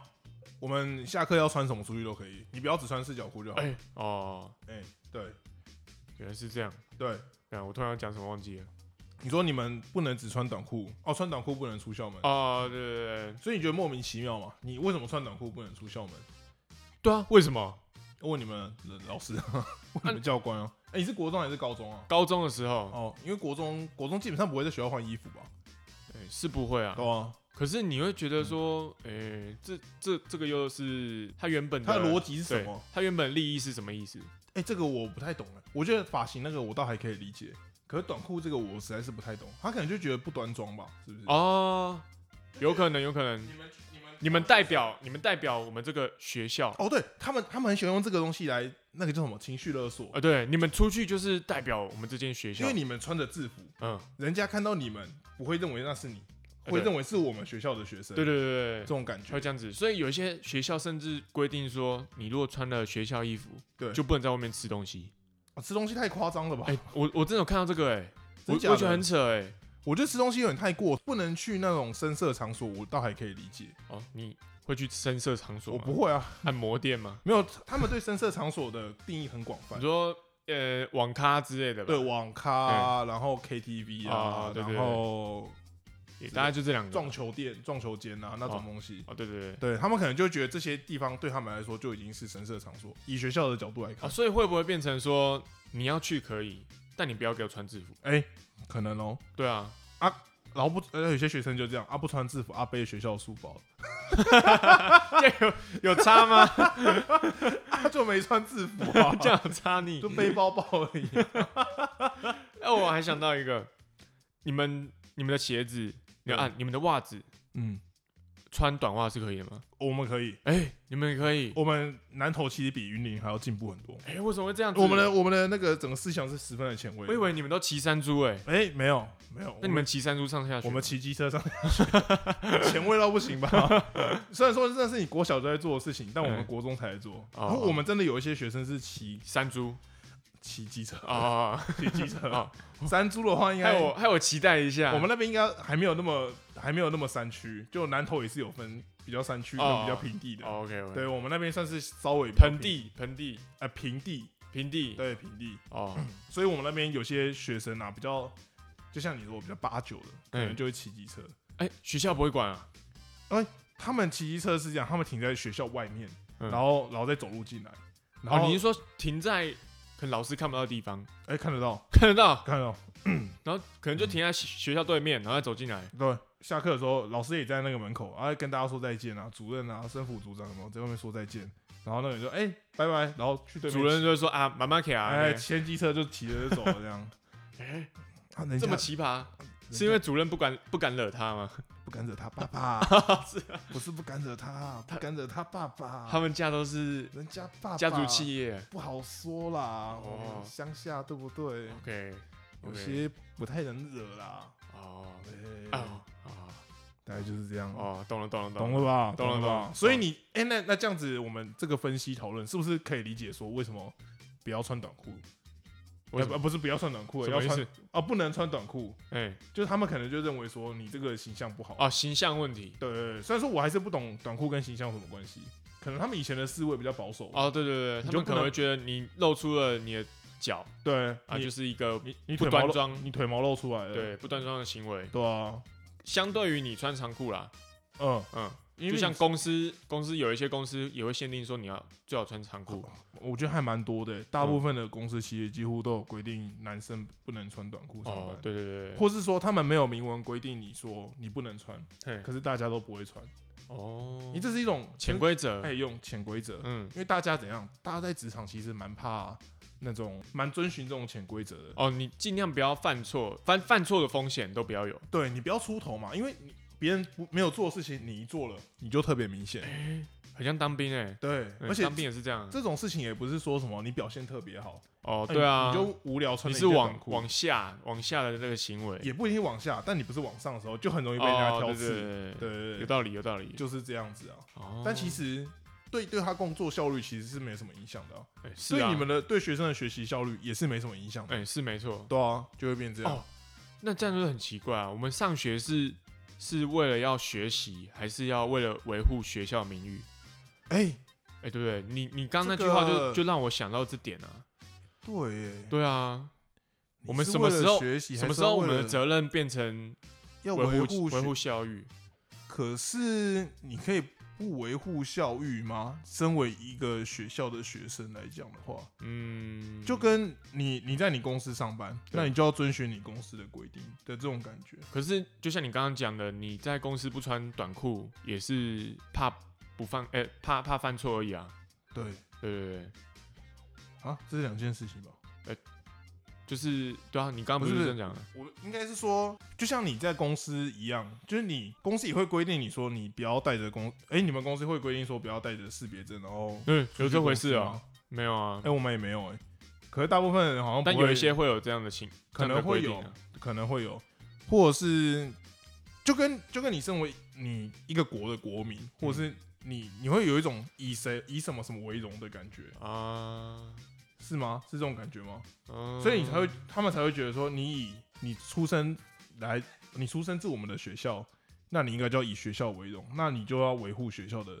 Speaker 1: 我们下课要穿什么出去都可以，你不要只穿四角裤就好。
Speaker 2: 哎、哦，
Speaker 1: 对
Speaker 2: 原来是这样。
Speaker 1: 对，
Speaker 2: 对啊，我突然要讲什么忘记了。
Speaker 1: 你说你们不能只穿短裤哦，穿短裤不能出校门。
Speaker 2: 哦，对对对，
Speaker 1: 所以你觉得莫名其妙吗？你为什么穿短裤不能出校门？
Speaker 2: 对啊，为什么？
Speaker 1: 问你们老师啊， 问你们教官啊。哎、你是国中还是高中啊？
Speaker 2: 高中的时候，
Speaker 1: 哦，因为国中国中基本上不会在学校换衣服吧？
Speaker 2: 哎是不会啊。
Speaker 1: 对啊，
Speaker 2: 可是你会觉得说，哎、这这这个又是他原本
Speaker 1: 它的逻
Speaker 2: 辑
Speaker 1: 辑是什么？？
Speaker 2: 他原本利益是什么意思？
Speaker 1: 哎、这个我不太懂哎。我觉得发型那个我倒还可以理解，可是短裤这个我实在是不太懂。他可能就觉得不端庄吧，是不是？
Speaker 2: 哦，有可能，有可能。
Speaker 1: 们你们
Speaker 2: 你们代表你们代表我们这个学校
Speaker 1: 哦，对他们他们很喜欢用这个东西来那个叫什么情绪勒索，
Speaker 2: 啊，对，你们出去就是代表我们这间学校。
Speaker 1: 因为你们穿着制服，
Speaker 2: 嗯，
Speaker 1: 人家看到你们不会认为那是你，
Speaker 2: 哎对
Speaker 1: 会认为是我们学校的学生，
Speaker 2: 对对哎对对
Speaker 1: 这
Speaker 2: 对，
Speaker 1: 种感觉
Speaker 2: 会。这样子。所以有一些学校甚至规定说，你如果穿了学校衣服，
Speaker 1: 对
Speaker 2: 就不能在外面吃东西。
Speaker 1: 啊吃东西太夸张了吧？
Speaker 2: 哎，我我真的有看到这个，哎，我
Speaker 1: 真假
Speaker 2: 我觉
Speaker 1: 的
Speaker 2: 得很扯，哎，
Speaker 1: 我觉得吃东西有点太过，不能去那种深色场所，我倒还可以理解。
Speaker 2: 哦，你会去深色场所
Speaker 1: 我
Speaker 2: 吗？
Speaker 1: 不会啊，
Speaker 2: 按摩店吗？
Speaker 1: 没有，他们对深色场所的定义很广泛
Speaker 2: 你。说呃网咖之类的吧？
Speaker 1: 对网咖、啊，然后 KTV 啊
Speaker 2: 哎啊，对对对啊
Speaker 1: 然后
Speaker 2: 也大概就这两个吧。
Speaker 1: 撞球店、撞球间啊那种东西，
Speaker 2: 哦，对对对。
Speaker 1: 对他们可能就觉得这些地方对他们来说就已经是神社场所。以学校的角度来
Speaker 2: 哦，
Speaker 1: 看，
Speaker 2: 所以会不会变成说你要去可以，但你不要给我穿制服？
Speaker 1: 哎，可能哦。
Speaker 2: 对啊，
Speaker 1: 然后不，呃，有些学生就这样啊，不穿制服啊，背学校书包，
Speaker 2: 这有有差吗？，
Speaker 1: 他啊就没穿制服啊
Speaker 2: 这样有差你
Speaker 1: 就？背包包而已。
Speaker 2: 哎，我还想到一个，你们你们的鞋子，你
Speaker 1: 对
Speaker 2: 按你们的袜子
Speaker 1: 嗯，
Speaker 2: 穿短袜是可以的吗？
Speaker 1: 我们可以，
Speaker 2: 哎，你们也可以。
Speaker 1: 我们南投其实比云林还要进步很多。
Speaker 2: 哎，为什么会这样子？
Speaker 1: 我们的，我们的那个整个思想是十分的前卫
Speaker 2: 我以。为你们都骑山猪哎，
Speaker 1: 哎，没有没有，
Speaker 2: 那你们骑山猪上下学吗？
Speaker 1: 我们骑机车 上去，前卫到不行吧？虽然说那是你国小就在做的事情，但我们
Speaker 2: 嗯
Speaker 1: 国中才在做。
Speaker 2: 哦
Speaker 1: 然后我们真的有一些学生是骑
Speaker 2: 山猪
Speaker 1: 骑机车啊，
Speaker 2: 啊，
Speaker 1: 骑机车
Speaker 2: 哦。
Speaker 1: 山猪的话，应
Speaker 2: 害
Speaker 1: 该
Speaker 2: 我害我期待一下。
Speaker 1: 我们那边应该还没有那么还没有那么山区，就南投也是有分比较山区跟
Speaker 2: 哦
Speaker 1: 比较平地的。
Speaker 2: 哦 OK，
Speaker 1: 对，我们那边算是稍微比较
Speaker 2: 盆地盆地
Speaker 1: 呃平地，
Speaker 2: 平地
Speaker 1: 对平地。
Speaker 2: 哦，
Speaker 1: 所以我们那边有些学生啊，比较就像你说比较八九的，可
Speaker 2: 嗯
Speaker 1: 能就会骑机车。
Speaker 2: 哎，学校不会管啊，
Speaker 1: 他们骑机车是这样，他们停在学校外面，
Speaker 2: 嗯
Speaker 1: 然后然后再走路进来，然
Speaker 2: 哦，
Speaker 1: 后
Speaker 2: 你是说停在可能老师看不到的地方，
Speaker 1: 哎、看得到
Speaker 2: 看得到，
Speaker 1: 看得到，
Speaker 2: 然后可能就停在学
Speaker 1: 嗯
Speaker 2: 学校对面，然后再走进来。
Speaker 1: 对，下课的时候老师也在那个门口，然后跟大家说再见啊，主任啊、生辅组长什么在外面说再见，然后那个人就哎、拜拜，然后去对面
Speaker 2: 主任就会说啊，妈妈给啊，
Speaker 1: 哎
Speaker 2: 哎
Speaker 1: 牵机车就骑着就走了这样，
Speaker 2: 哎，
Speaker 1: 啊人
Speaker 2: 这
Speaker 1: 家
Speaker 2: 么奇葩，是因为主任不敢不敢惹他吗？
Speaker 1: 不敢惹他爸爸，不 是不敢惹他，不敢惹他爸
Speaker 2: 他
Speaker 1: 爸，
Speaker 2: 们家都是
Speaker 1: 人家爸爸
Speaker 2: 家族企业
Speaker 1: 不好说啦，
Speaker 2: 哦
Speaker 1: 哦乡下对不对？
Speaker 2: ，OK，
Speaker 1: 有些不太能惹啦，
Speaker 2: 哦
Speaker 1: 对
Speaker 2: 啊啊
Speaker 1: 大概就是这样。
Speaker 2: 哦，懂了懂了
Speaker 1: 嗯懂
Speaker 2: 懂了，
Speaker 1: 了吧？
Speaker 2: 懂了懂了
Speaker 1: 吧？所以你，哎、那那这样子，我们这个分析讨论是不是可以理解说，为什么不要穿短裤？
Speaker 2: 为
Speaker 1: 呃
Speaker 2: 什
Speaker 1: 不
Speaker 2: 么
Speaker 1: 不是不要穿短裤，
Speaker 2: 什
Speaker 1: 要
Speaker 2: 么意
Speaker 1: 穿
Speaker 2: 思
Speaker 1: 啊、？不能穿短裤，
Speaker 2: 哎，
Speaker 1: 就是他们可能就认为说你这个形象不好。
Speaker 2: 哦，形象问题。
Speaker 1: 对对对，虽然说我还是不懂短裤跟形象有什么关系，可能他们以前的思维比较保守。
Speaker 2: 哦，对对对，
Speaker 1: 你
Speaker 2: 他
Speaker 1: 就
Speaker 2: 们
Speaker 1: 不
Speaker 2: 可
Speaker 1: 能
Speaker 2: 能会觉得你露出了你的脚
Speaker 1: 对
Speaker 2: 啊，
Speaker 1: 你
Speaker 2: 就是一个
Speaker 1: 你你
Speaker 2: 不
Speaker 1: 腿毛
Speaker 2: 端
Speaker 1: 露
Speaker 2: 庄，
Speaker 1: 你腿毛露出来了。
Speaker 2: 对不端庄的行为。
Speaker 1: 对啊，
Speaker 2: 相对于你穿长裤啦，
Speaker 1: 嗯，
Speaker 2: 嗯，
Speaker 1: 因为
Speaker 2: 就像
Speaker 1: 你
Speaker 2: 公司公司有一些公司也会限定说你要最好穿长裤。
Speaker 1: 我觉得还蛮多的、大
Speaker 2: 嗯
Speaker 1: 部分的公司企业几乎都有规定男生不能穿短裤上班。
Speaker 2: 哦，对对对对
Speaker 1: 或是说他们没有明文规定你说你不能穿，
Speaker 2: 对，嘿
Speaker 1: 可是大家都不会穿，
Speaker 2: 哦
Speaker 1: 你，这是一种
Speaker 2: 潜，规
Speaker 1: 就是
Speaker 2: 则，
Speaker 1: 哎，用潜规则，
Speaker 2: 嗯，
Speaker 1: 因为大家怎样，大家在职场其实蛮怕那种蛮遵循这种潜规则的，
Speaker 2: 哦，你尽量不要犯错，犯犯错的风险都不要有。
Speaker 1: 对你不要出头嘛，因为你别人不没有做的事情，你一做了你就特别明显，
Speaker 2: 很像当兵哎、
Speaker 1: 对，
Speaker 2: 嗯
Speaker 1: 而且
Speaker 2: 当兵也是这样。
Speaker 1: 这种事情也不是说什么你表现特别好，
Speaker 2: 哦，
Speaker 1: 哎
Speaker 2: 对啊
Speaker 1: 你，就无聊穿
Speaker 2: 你
Speaker 1: 了一
Speaker 2: 是
Speaker 1: 件
Speaker 2: 往
Speaker 1: 短裤
Speaker 2: 往下往下的这个行为，
Speaker 1: 也不一定往下，但你不是往上的时候，就很容易被人家
Speaker 2: 哦，
Speaker 1: 挑
Speaker 2: 对
Speaker 1: 刺，
Speaker 2: 对对
Speaker 1: 对
Speaker 2: 对
Speaker 1: 对
Speaker 2: 有
Speaker 1: 对，
Speaker 2: 道理有道理。
Speaker 1: 就是这样子啊。
Speaker 2: 哦，
Speaker 1: 但其实对对他工作效率其实是没什么影响的啊、
Speaker 2: 哎是
Speaker 1: 对
Speaker 2: 啊
Speaker 1: 你们的对学生的学习效率也是没什么影响的。
Speaker 2: 哎是没错。
Speaker 1: 对啊，就会变这样。
Speaker 2: 哦，那这样就很奇怪啊。我们上学是是为了要学习，还是要为了维护学校名誉？
Speaker 1: 哎、
Speaker 2: 哎、对不对？你你刚那
Speaker 1: 这
Speaker 2: 句话就、
Speaker 1: 个
Speaker 2: 就让我想到这点啊。
Speaker 1: 对耶，
Speaker 2: 对啊，
Speaker 1: 你
Speaker 2: 我们
Speaker 1: 是
Speaker 2: 什么
Speaker 1: 为了
Speaker 2: 时候
Speaker 1: 学习，
Speaker 2: 什么
Speaker 1: 还是
Speaker 2: 时候我
Speaker 1: 为
Speaker 2: 们的
Speaker 1: 了
Speaker 2: 责任变成
Speaker 1: 要
Speaker 2: 维
Speaker 1: 维
Speaker 2: 护
Speaker 1: 护
Speaker 2: 维护
Speaker 1: 学？
Speaker 2: 效益？
Speaker 1: 可是你可以不维护校誉吗？身为一个学校的学生来讲的话，
Speaker 2: 嗯，
Speaker 1: 就跟你你在你公司上班，
Speaker 2: 对
Speaker 1: 那你就要遵循你公司的规定的这种感觉。
Speaker 2: 可是就像你刚刚讲的，你在公司不穿短裤也是怕不犯，哎、怕怕犯错而已啊。
Speaker 1: 对
Speaker 2: 对对对，
Speaker 1: 啊，这是两件事情吧？
Speaker 2: 就是对啊，你刚刚不是
Speaker 1: 不
Speaker 2: 这
Speaker 1: 是
Speaker 2: 样讲的？
Speaker 1: 我应该是说，就像你在公司一样，就是你公司也会规定你说你不要带着公，哎、你们公司会规定说不要带着识别证，然后
Speaker 2: 嗯，
Speaker 1: 出
Speaker 2: 有
Speaker 1: 去
Speaker 2: 这回
Speaker 1: 公司
Speaker 2: 事啊
Speaker 1: 吗？？
Speaker 2: 没有啊
Speaker 1: 哎、，我们也没有哎、可是大部分人好像不
Speaker 2: 但
Speaker 1: 会
Speaker 2: 有一些会有这样的情，
Speaker 1: 可能
Speaker 2: 这样的
Speaker 1: 会
Speaker 2: 规定
Speaker 1: 有
Speaker 2: 啊
Speaker 1: 可能会有，或者是就跟就跟你身为你一个国的国民，
Speaker 2: 嗯
Speaker 1: 或者是你你会有一种以谁以什么什么为荣的感觉，
Speaker 2: 啊，
Speaker 1: 是吗？是这种感觉吗？
Speaker 2: 嗯
Speaker 1: 所以你才会，他们才会觉得说，你以你出生来，你出生自我们的学校，那你应该就要以学校为荣，那你就要维护学校的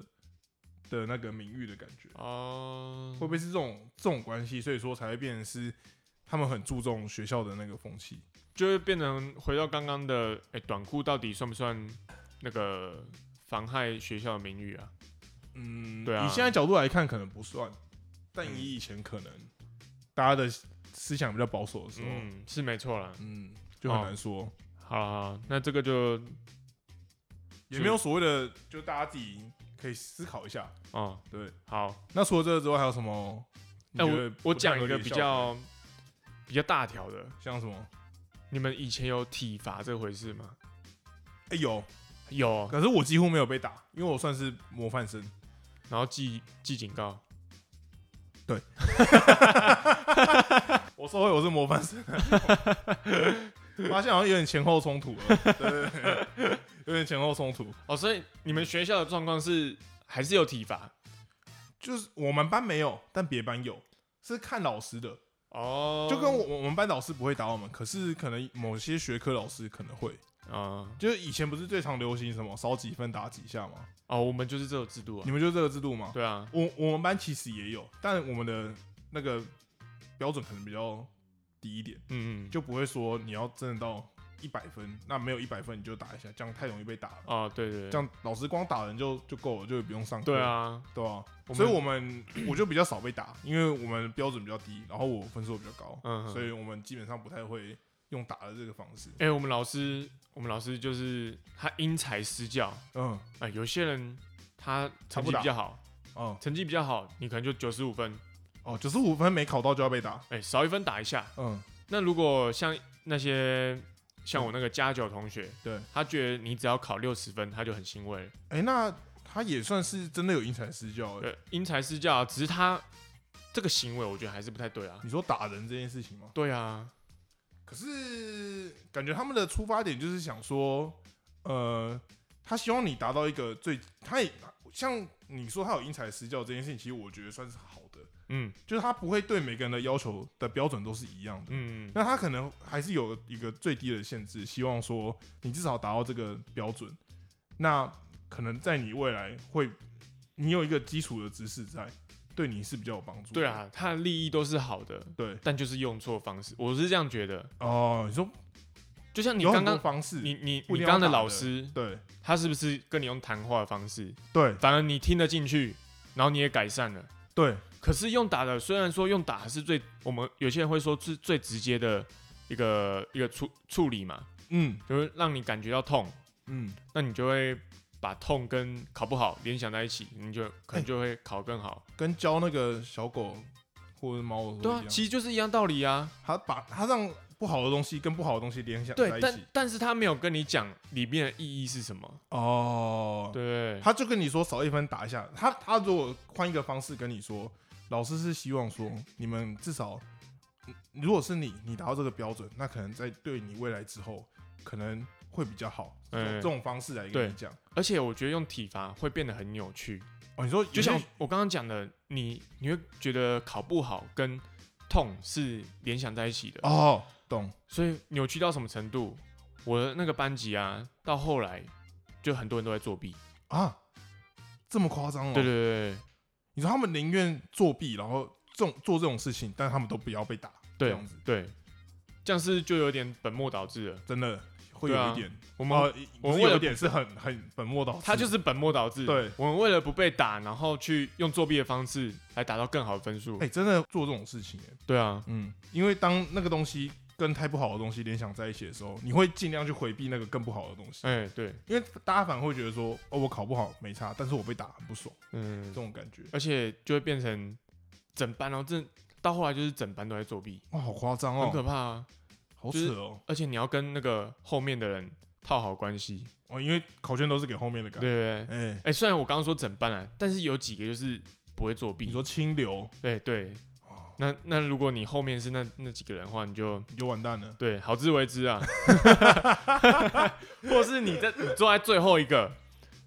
Speaker 1: 的那个名誉的感觉，啊
Speaker 2: 哦、
Speaker 1: 会不会是这种这种关系？所以说才会变成是他们很注重学校的那个风气。
Speaker 2: 就会变成回到刚刚的，哎、短裤到底算不算那个妨害学校的名誉啊？
Speaker 1: 嗯，
Speaker 2: 对啊
Speaker 1: 以现在角度来看可能不算，但
Speaker 2: 嗯
Speaker 1: 以以前可能大家的思想比较保守的时候，
Speaker 2: 嗯，是没错啦。
Speaker 1: 嗯，就很
Speaker 2: 哦
Speaker 1: 难说。
Speaker 2: 好啦好啦那这个就，
Speaker 1: 也没有所谓的，就大家自己可以思考一下。
Speaker 2: 哦，
Speaker 1: 对，
Speaker 2: 好，
Speaker 1: 那除了这个之外，还有什么？
Speaker 2: 哎、
Speaker 1: 你觉得
Speaker 2: 我
Speaker 1: 不
Speaker 2: 我
Speaker 1: 太
Speaker 2: 讲
Speaker 1: 合
Speaker 2: 一个
Speaker 1: 理的
Speaker 2: 比
Speaker 1: 效
Speaker 2: 较比较大条的，
Speaker 1: 像什么？
Speaker 2: 你们以前有体罚这回事吗？
Speaker 1: 哎、有，
Speaker 2: 有，
Speaker 1: 可是我几乎没有被打，因为我算是模范生。
Speaker 2: 然后记记警告，
Speaker 1: 我社会我是模范 生，发现好像有点前后冲突了。对对对对，有点前后冲突。
Speaker 2: 哦，所以你们学校的状况是还是有体罚
Speaker 1: 就是我们班没有，但别班有，是看老师的。
Speaker 2: 哦，
Speaker 1: 就跟我我们班老师不会打我们，可是可能某些学科老师可能会。
Speaker 2: 啊、
Speaker 1: 就是以前不是最常流行什么少几分打几下吗？
Speaker 2: 哦，我们就是这种制度啊
Speaker 1: 你，们就这个制度吗？
Speaker 2: 对啊，
Speaker 1: 我我们班其实也有，但我们的那个标准可能比较低一点，
Speaker 2: 嗯嗯，
Speaker 1: 就不会说你要真的到一百分，那没有一百分你就打一下，这样太容易被打了。
Speaker 2: 哦，对对
Speaker 1: 这
Speaker 2: 对，
Speaker 1: 样老师光打人就就够了，就不用上课。
Speaker 2: 对，啊，
Speaker 1: 对啊。
Speaker 2: 我们
Speaker 1: 所以我们我就比较少被打，因为我们标准比较低，然后我分数比较高，
Speaker 2: 嗯，
Speaker 1: 所以我们基本上不太会用打的这个方式。
Speaker 2: 哎、我们老师，我们老师就是他因材施教啊、
Speaker 1: 嗯
Speaker 2: 有些人他成绩比较好，
Speaker 1: 嗯
Speaker 2: 成绩比较好，你可能就九十五分，
Speaker 1: 哦，九十五分没考到就要被打。
Speaker 2: 哎、少一分打一下。
Speaker 1: 嗯
Speaker 2: 那如果像那些像我那个加九同学，
Speaker 1: 对，
Speaker 2: 他觉得你只要考六十分，他就很欣慰了。
Speaker 1: 哎、那他也算是真的有因材施教、欸。
Speaker 2: 对，因材施教啊，只是他这个行为，我觉得还是不太对啊。
Speaker 1: 你说打人这件事情吗？
Speaker 2: 对啊，
Speaker 1: 可是感觉他们的出发点就是想说，呃，他希望你达到一个最，他也像你说他有因材施教这件事情，其实我觉得算是好的，
Speaker 2: 嗯
Speaker 1: 就是他不会对每个人的要求的标准都是一样的。
Speaker 2: 嗯，
Speaker 1: 那他可能还是有一个最低的限制，希望说你至少达到这个标准，那可能在你未来会，你有一个基础的知识在，对你是比较有帮助。
Speaker 2: 对，啊，他的利益都是好的，
Speaker 1: 对，
Speaker 2: 但就是用错方式，我是这样觉得。
Speaker 1: 哦，你说
Speaker 2: 就像你
Speaker 1: 有很
Speaker 2: 刚
Speaker 1: 多
Speaker 2: 刚，
Speaker 1: 方式，
Speaker 2: 你你
Speaker 1: 不一
Speaker 2: 你
Speaker 1: 定要
Speaker 2: 刚刚的
Speaker 1: 打
Speaker 2: 老
Speaker 1: 的
Speaker 2: 师，
Speaker 1: 对
Speaker 2: 他是不是跟你用谈话的方式，
Speaker 1: 对
Speaker 2: 反而你听得进去，然后你也改善了。
Speaker 1: 对，
Speaker 2: 可是用打的，虽然说用打是最，我们有些人会说是最直接的一个一个处处理嘛，
Speaker 1: 嗯
Speaker 2: 就是让你感觉到痛，
Speaker 1: 嗯，
Speaker 2: 那你就会把痛跟考不好联想在一起，你就可能就会考更好。
Speaker 1: 跟教那个小狗或者猫的时
Speaker 2: 对
Speaker 1: 候
Speaker 2: 啊
Speaker 1: 一，样，
Speaker 2: 其实就是一样道理啊。
Speaker 1: 他把他让不好的东西跟不好的东西联想在
Speaker 2: 对，
Speaker 1: 一
Speaker 2: 但
Speaker 1: 起。
Speaker 2: 但是他没有跟你讲里面的意义是什么，
Speaker 1: 哦，
Speaker 2: 对不对？
Speaker 1: 他就跟你说少一分打一下。他他如果换一个方式跟你说，老师是希望说你们至少，嗯如果是你，你达到这个标准，那可能在对你未来之后可能会比较好。
Speaker 2: 嗯
Speaker 1: 这种方式来跟你讲。
Speaker 2: 而且我觉得用体罚会变得很扭曲。
Speaker 1: 哦，你说
Speaker 2: 就像
Speaker 1: 有些
Speaker 2: 我刚刚讲的，你你会觉得考不好跟痛是联想在一起的，
Speaker 1: 哦，懂
Speaker 2: 所以扭曲到什么程度？我的那个班级啊，到后来就很多人都在作弊。
Speaker 1: 啊，这么夸张哦？
Speaker 2: 对对对
Speaker 1: 你说他们宁愿作弊，然后这种做这种事情，但他们都不要被打，这
Speaker 2: 对对
Speaker 1: 样子
Speaker 2: 对，这样是就有点本末倒置了。
Speaker 1: 真的会
Speaker 2: 对
Speaker 1: 有
Speaker 2: 啊
Speaker 1: 一点，
Speaker 2: 我们、
Speaker 1: 哦，
Speaker 2: 我
Speaker 1: 我
Speaker 2: 为了
Speaker 1: 有一点是很很本末倒置，
Speaker 2: 他就是本末倒置。
Speaker 1: 对
Speaker 2: 我们为了不被打，然后去用作弊的方式来达到更好的分数。
Speaker 1: 哎、真的做这种事情、哎，
Speaker 2: 对啊，
Speaker 1: 嗯，因为当那个东西跟太不好的东西联想在一起的时候，你会尽量去回避那个更不好的东西，
Speaker 2: 哎、对，
Speaker 1: 因为大家反而会觉得说，哦，我考不好没差，但是我被打很不爽，这
Speaker 2: 嗯，
Speaker 1: 种感觉，
Speaker 2: 而且就会变成整班，然后这到后来就是整班都在作弊，
Speaker 1: 哇，好夸张
Speaker 2: 很可
Speaker 1: 哦，
Speaker 2: 怕啊。
Speaker 1: 好
Speaker 2: 就是
Speaker 1: 扯哦，
Speaker 2: 而且你要跟那个后面的人套好关系，
Speaker 1: 哦，因为考卷都是给后面的
Speaker 2: 对
Speaker 1: 改，
Speaker 2: 不对？
Speaker 1: 哎、
Speaker 2: 哎、虽然我刚刚说整班啊，但是有几个就是不会作
Speaker 1: 你
Speaker 2: 弊，
Speaker 1: 说哦清流
Speaker 2: 对对。那那如果你后面是那那几个人的话，你就
Speaker 1: 你就完蛋了，
Speaker 2: 对 好自为之啊，或者是你在你坐在最后一个，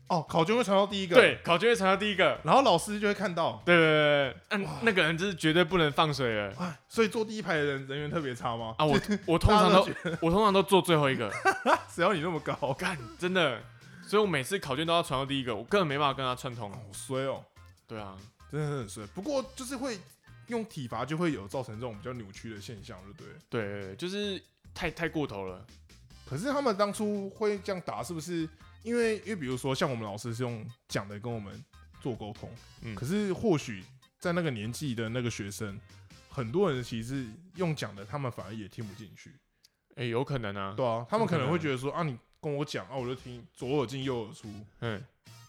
Speaker 1: 哦，考卷会传到第一个，，
Speaker 2: 对，考卷会传到第一个，
Speaker 1: 然后老师就会看到，
Speaker 2: 对对对对，嗯、
Speaker 1: 哇
Speaker 2: 那个人就是绝对不能放水了。
Speaker 1: 哎，所以坐第一排的人人缘特别差吗？
Speaker 2: 啊，我我通常
Speaker 1: 大家
Speaker 2: 都
Speaker 1: 都
Speaker 2: 我通常都坐最后一个，
Speaker 1: 谁要你那么高？好
Speaker 2: 干真的，所以我每次考卷都要传到第一个，我根本没办法跟他串通。
Speaker 1: 衰哦，
Speaker 2: 对啊，
Speaker 1: 真的很衰。不过就是会用体罚就会有造成这种比较扭曲的现象，对不对了？
Speaker 2: 对对对，就是太太过头了。
Speaker 1: 可是他们当初会这样打，是不是因为因为比如说像我们老师是用讲的跟我们做沟通，
Speaker 2: 嗯
Speaker 1: 可是或许在那个年纪的那个学生，很多人其实用讲的，他们反而也听不进去，
Speaker 2: 哎、有可能啊。
Speaker 1: 对啊，他们可能
Speaker 2: 有可能
Speaker 1: 会觉得说啊，你跟我讲啊，我就听，左耳进右耳出，
Speaker 2: 嗯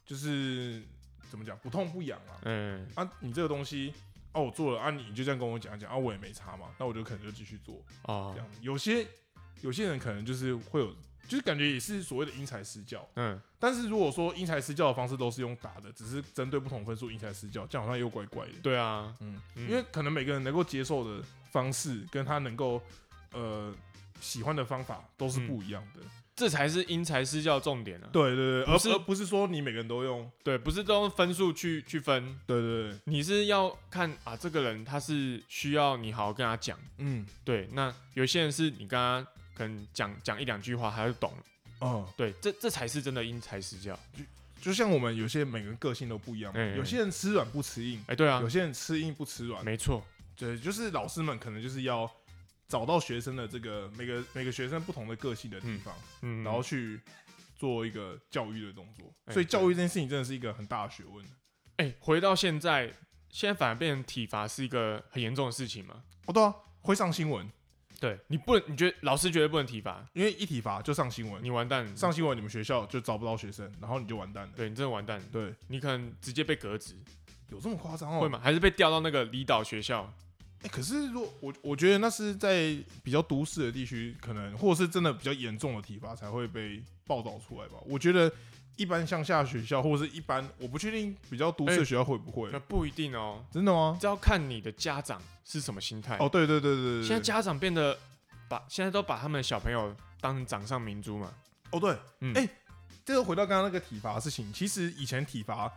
Speaker 1: 就是怎么讲，不痛不痒啊，
Speaker 2: 嗯，
Speaker 1: 啊，你这个东西。啊，我做了啊，你就这样跟我讲讲啊，我也没差嘛，那我就可能就继续做这
Speaker 2: 哦，
Speaker 1: 样。有些有些人可能就是会有，就是感觉也是所谓的因材施教，
Speaker 2: 嗯，
Speaker 1: 但是如果说因材施教的方式都是用打的，只是针对不同分数因材施教，这样好像又怪怪的。
Speaker 2: 对啊，
Speaker 1: 嗯，
Speaker 2: 嗯
Speaker 1: 因为可能每个人能够接受的方式跟他能够呃喜欢的方法都是不一样的。
Speaker 2: 这才是因材施教重点啊。
Speaker 1: 对对对，而
Speaker 2: 不是
Speaker 1: 而不是说你每个人都用。
Speaker 2: 对，不是都用分数去去分，
Speaker 1: 对对对，
Speaker 2: 你是要看啊，这个人他是需要你好好跟他讲。
Speaker 1: 嗯
Speaker 2: 对，那有些人是你跟他可能讲讲一两句话，他就懂了。
Speaker 1: 哦、
Speaker 2: 对，这这才是真的因材施教。
Speaker 1: 就像我们有些每个人个性都不一样嘛，
Speaker 2: 哎哎
Speaker 1: 有些人吃软不吃硬，
Speaker 2: 哎、对啊嗯
Speaker 1: 有，些人吃硬不吃软。
Speaker 2: 没错，
Speaker 1: 对，就是老师们可能就是要找到学生的这个每个每个学生不同的个性的地
Speaker 2: 嗯
Speaker 1: 方。
Speaker 2: 嗯，
Speaker 1: 然后去做一个教育的动作。
Speaker 2: 哎
Speaker 1: 所以教育这件事情真的是一个很大的学问。
Speaker 2: 哎、回到现在，现在反而变成体罚是一个很严重的事情嘛？
Speaker 1: 哦，对啊，会上新闻，
Speaker 2: 对你不能，你觉得老师绝对不能体罚，
Speaker 1: 因为一体罚就上新闻，
Speaker 2: 你完蛋了，
Speaker 1: 上新闻你们学校就找不到学生，然后你就完蛋了。
Speaker 2: 对你真的完蛋了，
Speaker 1: 对，
Speaker 2: 你可能直接被革职，
Speaker 1: 有这么夸张
Speaker 2: 会
Speaker 1: 哦？
Speaker 2: 吗？还是被调到那个离岛学校？
Speaker 1: 哎、可是如果我我觉得那是在比较都市的地区，可能或者是真的比较严重的体罚才会被报道出来吧。我觉得一般乡下学校或者是一般，我不确定比较都市的学校会不会、
Speaker 2: 那不一定哦，
Speaker 1: 真的吗？
Speaker 2: 这要看你的家长是什么心态。
Speaker 1: 哦，对对对对对对，
Speaker 2: 现在家长变得把现在都把他们的小朋友当成掌上明珠嘛，
Speaker 1: 哦，对，哎、
Speaker 2: 嗯
Speaker 1: 这个回到刚刚那个体罚的事情，其实以前体罚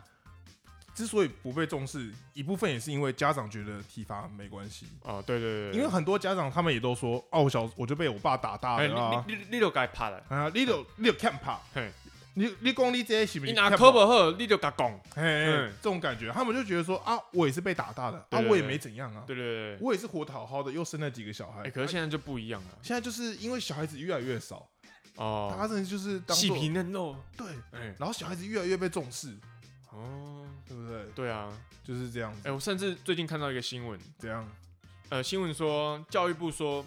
Speaker 1: 之所以不被重视，一部分也是因为家长觉得体罚没关系，
Speaker 2: 哦，对对对
Speaker 1: 因为很多家长他们也都说，哦，我小我就被我爸打大
Speaker 2: 哎，
Speaker 1: 的啊，
Speaker 2: 你你你你就该怕了，
Speaker 1: 啊，你有你有看怕
Speaker 2: 嘿，
Speaker 1: 你你讲你这些是不
Speaker 2: 你
Speaker 1: 是
Speaker 2: 拿
Speaker 1: 欠
Speaker 2: 科
Speaker 1: 打
Speaker 2: 不好，你就该讲。
Speaker 1: 嘿嘿嘿
Speaker 2: 嗯
Speaker 1: 这种感觉，他们就觉得说啊，我也是被打大的，
Speaker 2: 对
Speaker 1: 啊，
Speaker 2: 对
Speaker 1: 我也
Speaker 2: 对
Speaker 1: 没怎样啊，
Speaker 2: 对对对对，
Speaker 1: 我也是活得好好的，又生了几个小孩，
Speaker 2: 哎，可是
Speaker 1: 啊
Speaker 2: 现在就不一样了
Speaker 1: 现在就是因为小孩子越来越少，大家
Speaker 2: 哦，
Speaker 1: 真的就是当
Speaker 2: 细
Speaker 1: 做
Speaker 2: 皮嫩肉，
Speaker 1: 对，
Speaker 2: 哎，
Speaker 1: 然后小孩子越来越被重视，
Speaker 2: 哦，
Speaker 1: 对不对？
Speaker 2: 对啊，
Speaker 1: 就是这样子
Speaker 2: 哎，，我甚至最近看到一个新闻，
Speaker 1: 这样。
Speaker 2: 呃，新闻说教育部说，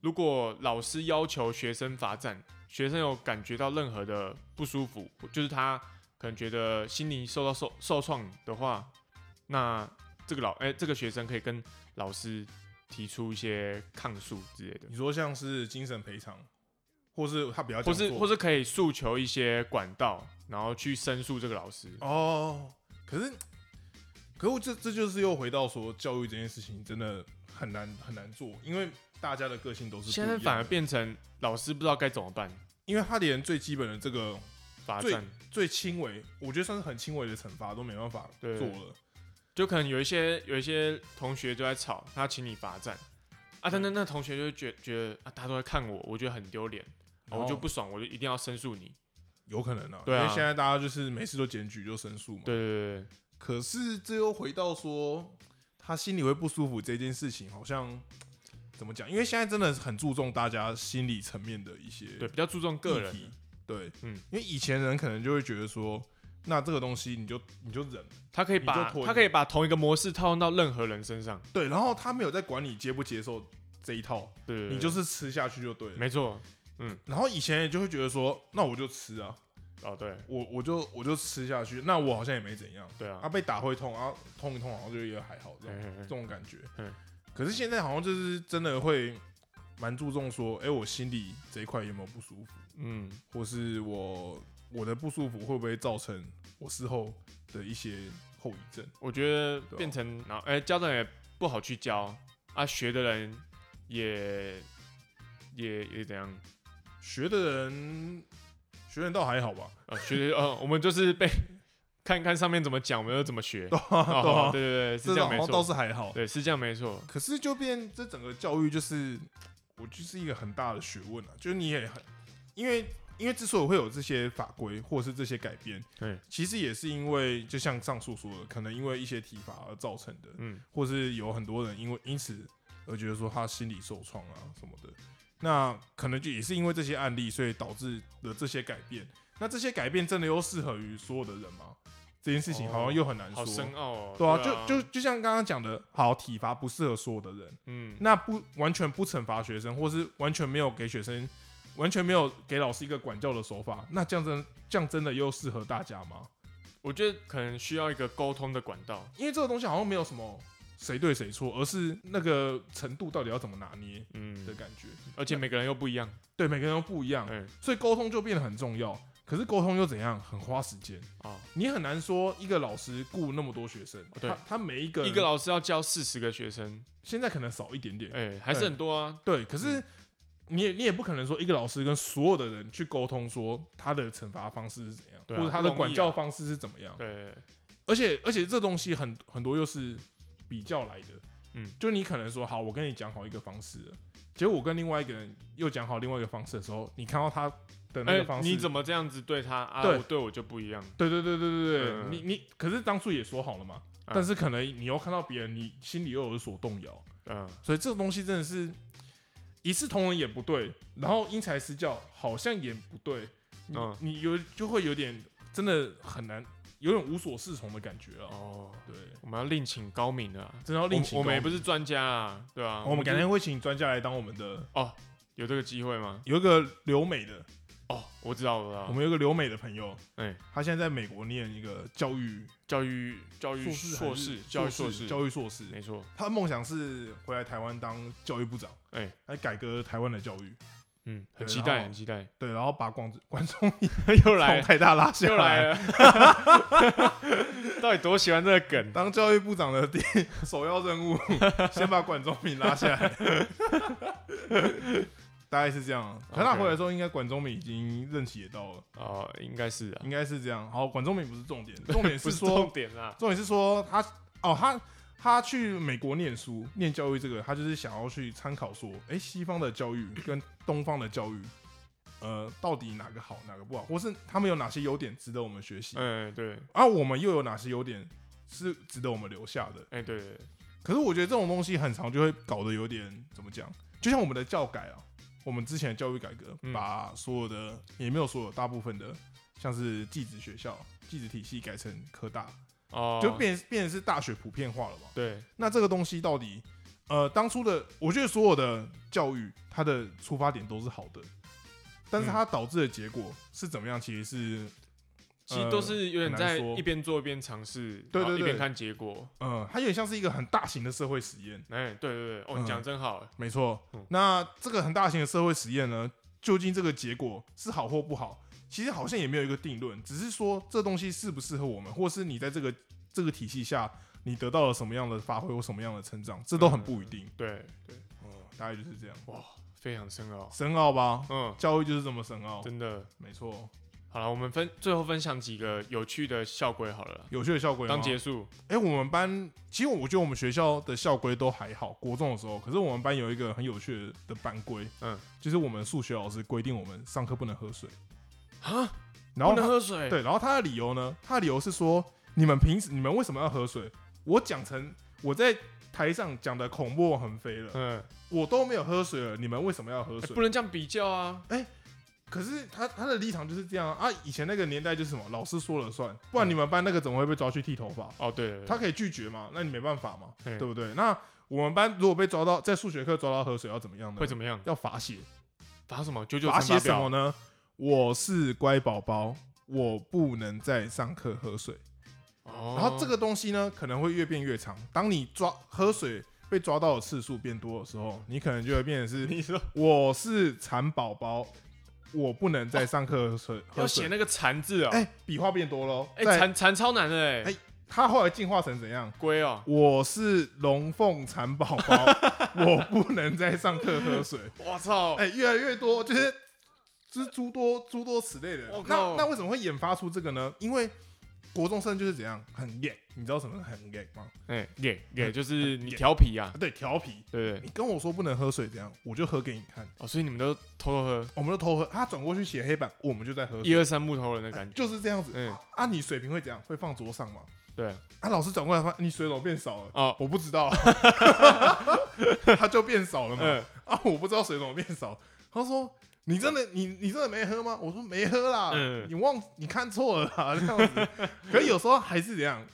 Speaker 2: 如果老师要求学生罚站，学生有感觉到任何的不舒服，就是他可能觉得心灵受到受受创的话，那这个老哎、这个学生可以跟老师提出一些抗诉之类的，
Speaker 1: 你说像是精神赔偿，或是他比较
Speaker 2: 或是或
Speaker 1: 是
Speaker 2: 是可以诉求一些管道，然后去申诉这个老师。
Speaker 1: 哦，可是可是我这这就是又回到说教育这件事情真的很难很难做，因为大家的个性都是不
Speaker 2: 现在
Speaker 1: 一样
Speaker 2: 反而
Speaker 1: 的
Speaker 2: 变成老师不知道该怎么办，
Speaker 1: 因为他连最基本的这个
Speaker 2: 罚
Speaker 1: 最
Speaker 2: 站。
Speaker 1: 最轻微，我觉得算是很轻微的惩罚都没办法做
Speaker 2: 对
Speaker 1: 了。
Speaker 2: 就可能有一些有一些同学就在吵，他请你罚站啊，
Speaker 1: 嗯
Speaker 2: 但那那同学就会觉觉得啊，大家都在看我，我觉得很丢脸、啊
Speaker 1: 哦
Speaker 2: 我就不爽，我就一定要申诉你。
Speaker 1: 有可能啊，
Speaker 2: 对啊
Speaker 1: 因为现在大家就是没事都检举就申诉嘛。
Speaker 2: 对对对
Speaker 1: 可是这又回到说他心里会不舒服这件事情，好像怎么讲？因为现在真的很注重大家心理层面的一些
Speaker 2: 对对，比较注重个
Speaker 1: 议题
Speaker 2: 人，
Speaker 1: 对，
Speaker 2: 嗯
Speaker 1: 因为以前人可能就会觉得说，那这个东西你就你就忍，
Speaker 2: 他可以
Speaker 1: 你
Speaker 2: 把
Speaker 1: 就妥协
Speaker 2: 他可以把同一个模式套用到任何人身上。
Speaker 1: 对，然后他没有在管你接不接受这一套，
Speaker 2: 对对对
Speaker 1: 你就是吃下去就对了。
Speaker 2: 没错。
Speaker 1: 然后以前也就会觉得说，那我就吃啊，
Speaker 2: 哦，对
Speaker 1: 我我就我就吃下去，那我好像也没怎样，
Speaker 2: 对啊
Speaker 1: 啊，，被打会痛啊，痛一痛好像就也还好这
Speaker 2: 嘿
Speaker 1: 样，
Speaker 2: 嘿嘿
Speaker 1: 这种感觉。
Speaker 2: 嗯
Speaker 1: 可是现在好像就是真的会蛮注重说，哎、我心里这一块有没有不舒服，
Speaker 2: 嗯，
Speaker 1: 或是我我的不舒服会不会造成我事后的一些后遗症？
Speaker 2: 我觉得
Speaker 1: 对啊
Speaker 2: 变成然后哎、教的人也不好去教啊，学的人也也也怎样？
Speaker 1: 学的人学院倒还好吧？
Speaker 2: 呃，学呃，我们就是被看看上面怎么讲，我们就怎么 学。
Speaker 1: 对啊，对
Speaker 2: 哦
Speaker 1: 啊，
Speaker 2: 对对对， 是
Speaker 1: 这
Speaker 2: 这样
Speaker 1: 种
Speaker 2: 没
Speaker 1: 好像倒
Speaker 2: 错。
Speaker 1: 是还好。
Speaker 2: 对，是这样没错。
Speaker 1: 可是就变这整个教育就是，我就是一个很大的学问啊，就是你也很，因为因为之所以会有这些法规或者是这些改变，
Speaker 2: 对，
Speaker 1: 其实也是因为就像上述说的，可能因为一些体罚而造成的，
Speaker 2: 嗯，
Speaker 1: 或是有很多人因为因此而觉得说他心理受创啊什么的，那可能就也是因为这些案例，所以导致的这些改变。那这些改变真的又适合于所有的人吗？这件事情好像又很难说。
Speaker 2: 好深奥哦。
Speaker 1: 对啊，就就就像刚刚讲的，好体罚不适合所有的人，
Speaker 2: 嗯，
Speaker 1: 那不完全不惩罚学生，或是完全没有给学生，完全没有给老师一个管教的手法，那这样真这样真的又适合大家吗？
Speaker 2: 我觉得可能需要一个沟通的管道。
Speaker 1: 因为这个东西好像没有什么谁对谁错，而是那个程度到底要怎么拿捏的
Speaker 2: 嗯，
Speaker 1: 感觉。
Speaker 2: 而且每个人又不一样。
Speaker 1: 对，每个人都不一样，
Speaker 2: 嗯，
Speaker 1: 所以沟通就变得很重要。可是沟通又怎样？很花时间，
Speaker 2: 哦，
Speaker 1: 你很难说一个老师顾那么多学生，
Speaker 2: 对
Speaker 1: 他他每一个
Speaker 2: 一
Speaker 1: 人
Speaker 2: 个老师要教四十个学生，
Speaker 1: 现在可能少一点点，
Speaker 2: 哎，还是很多啊。
Speaker 1: 对，可是你也你也不可能说一个老师跟所有的人去沟通，说他的惩罚方式是怎样，
Speaker 2: 对啊
Speaker 1: 或者他
Speaker 2: 不
Speaker 1: 的
Speaker 2: 容易
Speaker 1: 管
Speaker 2: 啊
Speaker 1: 教方式是怎么样。
Speaker 2: 对，
Speaker 1: 而且而且这东西很很多又是比较来的，
Speaker 2: 嗯，
Speaker 1: 就你可能说好，我跟你讲好一个方式了，结果我跟另外一个人又讲好另外一个方式的时候，你看到他的那
Speaker 2: 哎
Speaker 1: 个方，式，
Speaker 2: 你怎么这样子对他啊？
Speaker 1: 对
Speaker 2: 我对我就不一样。
Speaker 1: 对对对对对对，
Speaker 2: 嗯
Speaker 1: 你你可是当初也说好了嘛，
Speaker 2: 嗯
Speaker 1: 但是可能你又看到别人，你心里又有所动摇。
Speaker 2: 嗯，
Speaker 1: 所以这个东西真的是一视同仁也不对，然后因材施教好像也不对，你、
Speaker 2: 嗯
Speaker 1: 你有就会有点真的很难，有点无所适从的感觉啊。
Speaker 2: 哦，
Speaker 1: 对，
Speaker 2: 我们要另请高明了啊。
Speaker 1: 真的要另
Speaker 2: 我
Speaker 1: 请
Speaker 2: 我们也
Speaker 1: 高
Speaker 2: 不
Speaker 1: 明哦
Speaker 2: 是专家啊，对啊。
Speaker 1: 我们改
Speaker 2: 就
Speaker 1: 天会请专家来当我们的，
Speaker 2: 哦，有这个机会吗？
Speaker 1: 有一个留美的，
Speaker 2: 哦，我知道，我
Speaker 1: 我
Speaker 2: 知道。
Speaker 1: 们有一个留美的朋友，
Speaker 2: 哎，
Speaker 1: 他现在在美国念一个教育
Speaker 2: 教育教育
Speaker 1: 硕士还
Speaker 2: 硕
Speaker 1: 是
Speaker 2: 士，教育硕士，哎
Speaker 1: 教育硕士。
Speaker 2: 没错。
Speaker 1: 他的梦想是回来台湾当教育部长，
Speaker 2: 哎
Speaker 1: 来改革台湾的教育，
Speaker 2: 嗯，
Speaker 1: 对然
Speaker 2: 很期
Speaker 1: 后
Speaker 2: 待，很期待。
Speaker 1: 对，然后把 广观众
Speaker 2: 又来
Speaker 1: 从，台大拉下
Speaker 2: 又
Speaker 1: 来
Speaker 2: 来，了。到底多喜欢这个梗？
Speaker 1: 当教育部长的第首要任务， 先把管中闵拉下来， 大概是这 样。可他
Speaker 2: OK
Speaker 1: 回来的时候，应该管中闵已经任期也到了，
Speaker 2: 哦，应该是啊
Speaker 1: 应。该是这样。好，管中闵不是重点，重 点
Speaker 2: 不
Speaker 1: 是
Speaker 2: 是
Speaker 1: 说，
Speaker 2: 重点啦，
Speaker 1: 重点是说他哦，他他去美国念书，念教育这个，他就是想要去参考说，哎、西方的教育跟东方的教育，呃，到底哪个好，哪个不好，或是他们有哪些优点值得我们学习，
Speaker 2: 嗯，对，
Speaker 1: 而、我们又有哪些优点是值得我们留下的。
Speaker 2: 哎、对对，对
Speaker 1: 可是我觉得这种东西很常就会搞得有点怎么讲，就像我们的教改啊，我们之前的教育改革，
Speaker 2: 嗯
Speaker 1: 把所有的也没有所有大部分的，像是技职学校、技职体系改成科大，
Speaker 2: 哦，
Speaker 1: 就变变成是大学普遍化了嘛。
Speaker 2: 对，
Speaker 1: 那这个东西到底，呃，当初的我觉得所有的教育它的出发点都是好的，但是
Speaker 2: 嗯
Speaker 1: 它导致的结果是怎么样，其实是
Speaker 2: 其实都是有点
Speaker 1: 很难
Speaker 2: 在
Speaker 1: 说
Speaker 2: 一边做一边尝试，
Speaker 1: 对
Speaker 2: 然后
Speaker 1: 对
Speaker 2: 一边
Speaker 1: 对
Speaker 2: 看结果，
Speaker 1: 呃，它有点像是一个很大型的社会实验。
Speaker 2: 哎、对对对，哦，
Speaker 1: 嗯
Speaker 2: 你讲得真好，
Speaker 1: 没错
Speaker 2: 嗯。
Speaker 1: 那这个很大型的社会实验呢，究竟这个结果是好或不好，其实好像也没有一个定论，只是说这东西适不适合我们，或是你在这个这个体系下，你得到了什么样的发挥或什么样的成长，这都很不一定。
Speaker 2: 对对，
Speaker 1: 哦，大概就是这样，
Speaker 2: 非常深奥，
Speaker 1: 深奥吧？
Speaker 2: 嗯，
Speaker 1: 教育就是这么深奥，
Speaker 2: 真的。
Speaker 1: 没错。
Speaker 2: 好了，我们分最后分享几个有趣的校规好了啦，
Speaker 1: 有趣的校规吗
Speaker 2: 当？结束。
Speaker 1: 哎、我们班其实我觉得我们学校的校规都还好，国中的时候，可是我们班有一个很有趣的班规，
Speaker 2: 嗯，
Speaker 1: 就是我们数学老师规定我们上课不能喝水
Speaker 2: 啊，
Speaker 1: 然后
Speaker 2: 不
Speaker 1: 他
Speaker 2: 能喝水，
Speaker 1: 对，然后他的理由呢？他的理由是说，你们平时你们为什么要喝水？我讲成我在台上讲的口沫横飞了，
Speaker 2: 嗯、
Speaker 1: 我都没有喝水了，你们为什么要喝
Speaker 2: 哎
Speaker 1: 水？
Speaker 2: 不能这样比较啊。
Speaker 1: 可是他他的立场就是这样啊！啊以前那个年代就是什么，老师说了算，不然你们班那个怎么会被抓去剃头发？
Speaker 2: 哦，嗯对对对，
Speaker 1: 他可以拒绝嘛？那你没办法嘛，
Speaker 2: 嗯
Speaker 1: 对不对？那我们班如果被抓到在数学课抓到喝水要怎么样呢？
Speaker 2: 会怎么样？
Speaker 1: 要罚写，
Speaker 2: 罚什么？九九
Speaker 1: 罚
Speaker 2: 乘
Speaker 1: 写
Speaker 2: 法
Speaker 1: 什么
Speaker 2: 表。
Speaker 1: 呢？我是乖宝宝，我不能在上课喝水。
Speaker 2: 哦，
Speaker 1: 然后这个东西呢，可能会越变越长。当你抓喝水被抓到的次数变多的时候，你可能就会变成是
Speaker 2: 你说
Speaker 1: 我是蚕宝宝，我不能再上课喝水。
Speaker 2: 哦要
Speaker 1: 喝
Speaker 2: 写
Speaker 1: 水，
Speaker 2: 那个残字啊、
Speaker 1: 哎、笔画变多喽。
Speaker 2: 哎、
Speaker 1: 在
Speaker 2: 蝉蝉超难的哎、
Speaker 1: 哎它后来进化成怎样？
Speaker 2: 龟哦、
Speaker 1: 我是龙凤蚕宝 宝，我不能再上课喝水。
Speaker 2: 我操！
Speaker 1: 哎、越来越多，就是就是诸多诸多此类的。
Speaker 2: 我靠
Speaker 1: 那那为什么会研发出这个呢？因为国中生就是怎样很 gay，你知道什么是很 gay 吗？
Speaker 2: 哎，给给哎
Speaker 1: 嗯
Speaker 2: 就是你
Speaker 1: 给
Speaker 2: 调皮啊
Speaker 1: 啊，，对，调皮。
Speaker 2: 对不对？
Speaker 1: 你跟我说不能喝水，怎样我就喝给你看。
Speaker 2: 哦，所以你们都偷偷喝，
Speaker 1: 我们就偷喝，他转过去写黑板，我们就在喝水
Speaker 2: 一二三木头人的感觉，
Speaker 1: 就是这样子。
Speaker 2: 嗯，
Speaker 1: 啊，你水瓶会怎样？会放桌上吗？
Speaker 2: 对，
Speaker 1: 啊，老师转过来发现你水篓变少了，
Speaker 2: 哦，
Speaker 1: 我不知道， 他就变少了嘛。
Speaker 2: 嗯，
Speaker 1: 啊，我不知道水怎么变少。他说：“你真的你你真的没喝吗？”我说：“没喝啦，
Speaker 2: 嗯
Speaker 1: 你忘你看错了啦，这样子。”可有时候还是这样，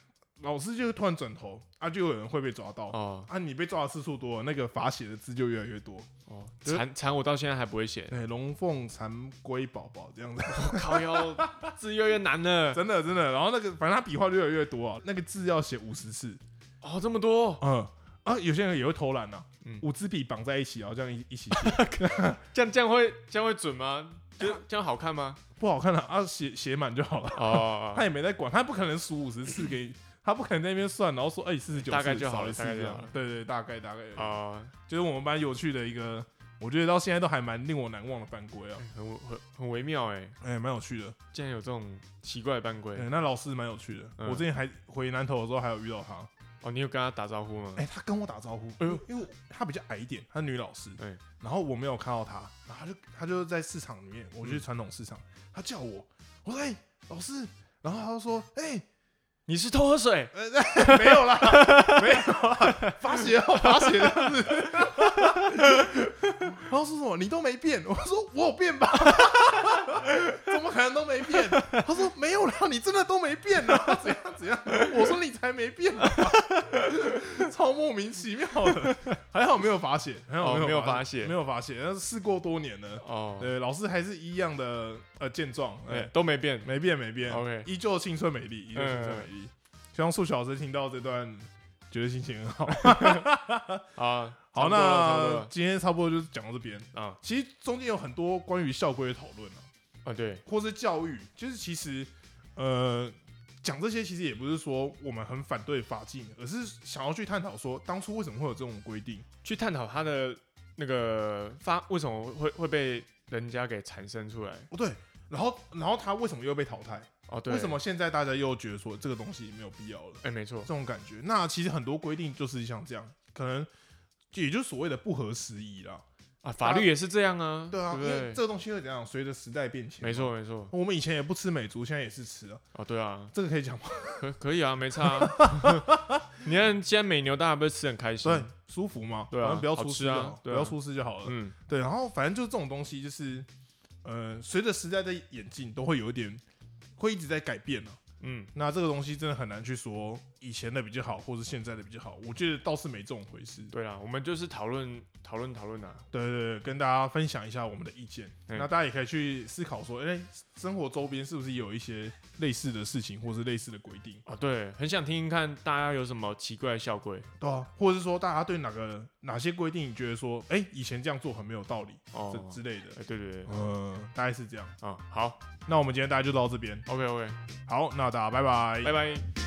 Speaker 1: 老师就会突然转头啊，就有人会被抓到、
Speaker 2: 哦
Speaker 1: 啊。你被抓的次数多了，那个罚写的字就越来越多。
Speaker 2: 哦，
Speaker 1: 就是
Speaker 2: 蝉蝉我到现在还不会写，
Speaker 1: 对，龙凤蟾龟宝宝这样子，
Speaker 2: 靠 腰字越来越难了，
Speaker 1: 真的真的。然后那个反正他笔画就越来越多啊，那个字要写五十次。
Speaker 2: 哦，这么多，
Speaker 1: 嗯啊，有些人也会偷懒啊，
Speaker 2: 嗯
Speaker 1: 五支笔绑在一起，然后这样一一起写。
Speaker 2: 这样这样会这样会准吗？就这样好看吗？
Speaker 1: 不好看了啊，写写满就好了。他
Speaker 2: 哦，
Speaker 1: 也没在管，他不可能数五十次给你，他不可能在那边算，然后说哎四十九
Speaker 2: 大概就好
Speaker 1: 少
Speaker 2: 了
Speaker 1: 一次
Speaker 2: 大概就
Speaker 1: 这
Speaker 2: 好了
Speaker 1: 样。对对，大概大概而已，
Speaker 2: 哦，
Speaker 1: 就是我们班有趣的一个，我觉得到现在都还蛮令我难忘的班规啊，
Speaker 2: 哎很很很微妙哎，
Speaker 1: 哎，蛮有趣的。哎
Speaker 2: 竟然有这种奇怪的班规，
Speaker 1: 对，那老师蛮有趣的，
Speaker 2: 嗯
Speaker 1: 我之前还回南投的时候还有遇到他，
Speaker 2: 哦，你有跟他打招呼吗？
Speaker 1: 哎，他跟我打招呼，哎
Speaker 2: 哎呦
Speaker 1: 呦，因为他比较矮一点，他女老师
Speaker 2: 哎，
Speaker 1: 然后我没有看到他，然后他就他就在市场里面，我去传统市场，他叫我，我说哎老师，然后他就说哎。
Speaker 2: 你是偷喝水？
Speaker 1: 呃， 没有 啦，没有啦，发血要发血的样子。 然后说什么你都没变，我说我有变吧， 怎么可能都没变？他说没有啦，你真的都没变啊，怎样怎样？我说你才没变吧， 超莫名其妙的。还好没有发血，还好
Speaker 2: 哦没有
Speaker 1: 发
Speaker 2: 发血
Speaker 1: 没有发血，但是事过多年了。
Speaker 2: 哦，
Speaker 1: 对，老师还是一样的呃健壮，
Speaker 2: 哎，
Speaker 1: 哎，
Speaker 2: 都没变，
Speaker 1: 没变没变
Speaker 2: OK 嗯
Speaker 1: 依旧青春美丽，依旧青春美丽。希望数小师听到这段，觉得心情很好。
Speaker 2: 啊，
Speaker 1: 好，那
Speaker 2: 差不多了差不多了
Speaker 1: 今天差不多就讲到这边。
Speaker 2: 啊
Speaker 1: 其实中间有很多关于校规的讨论啊，
Speaker 2: 啊，对，
Speaker 1: 或是教育，就是其实呃讲这些其实也不是说我们很反对法禁，而是想要去探讨说当初为什么会有这种规定。
Speaker 2: 去探讨他的那个发为什么会会被人家给产生出来？
Speaker 1: 不哦对，然后然后他为什么又被淘汰？
Speaker 2: 哦，对，
Speaker 1: 为什？么现在大家又觉得说这个东西没有必要了？
Speaker 2: 哎，没错
Speaker 1: 这，种感觉。那其实很多规定就是像这样，可能也就是所谓的不合时宜啦。
Speaker 2: 啊，法律也是这样啊，
Speaker 1: 对啊，
Speaker 2: 不
Speaker 1: 因为
Speaker 2: 对？
Speaker 1: 这个东西会怎样？随着时代变迁，
Speaker 2: 没。错，没错。
Speaker 1: 我们以前也不吃美竹，现在也是吃啊，
Speaker 2: 哦，对啊，
Speaker 1: 这个可以讲 吗？
Speaker 2: 可可以啊，没差、啊。 你看，现在美牛大家不是吃得很开心？
Speaker 1: 对，舒服嘛，
Speaker 2: 对啊
Speaker 1: 反正不要
Speaker 2: 好
Speaker 1: 出
Speaker 2: 吃
Speaker 1: 事就
Speaker 2: 啊
Speaker 1: 好不
Speaker 2: 对啊
Speaker 1: 要出事就好了。
Speaker 2: 嗯，
Speaker 1: 对，然后反正就是这种东西，就是呃，随着时代的演进，都会有一点会一直在改变啊。
Speaker 2: 嗯
Speaker 1: 那这个东西真的很难去说以前的比较好，或是现在的比较好。我觉得倒是没这种回事。
Speaker 2: 对啦，我们就是讨论讨论讨论啊。
Speaker 1: 对对对，跟大家分享一下我们的意见。
Speaker 2: 嗯
Speaker 1: 那大家也可以去思考说，哎、生活周边是不是有一些类似的事情，或是类似的规定？
Speaker 2: 啊，对，很想听听看大家有什么奇怪的校规
Speaker 1: 对啊，或者是说大家对哪个哪些规定，你觉得说，哎、以前这样做很没有道理，
Speaker 2: 哦
Speaker 1: 这。之类的。
Speaker 2: 哎，对对对，
Speaker 1: 呃，大概是这样。
Speaker 2: 啊，好
Speaker 1: 那我们今天大家就到这边。
Speaker 2: ，OK OK，
Speaker 1: 好，那大家拜拜
Speaker 2: 拜拜。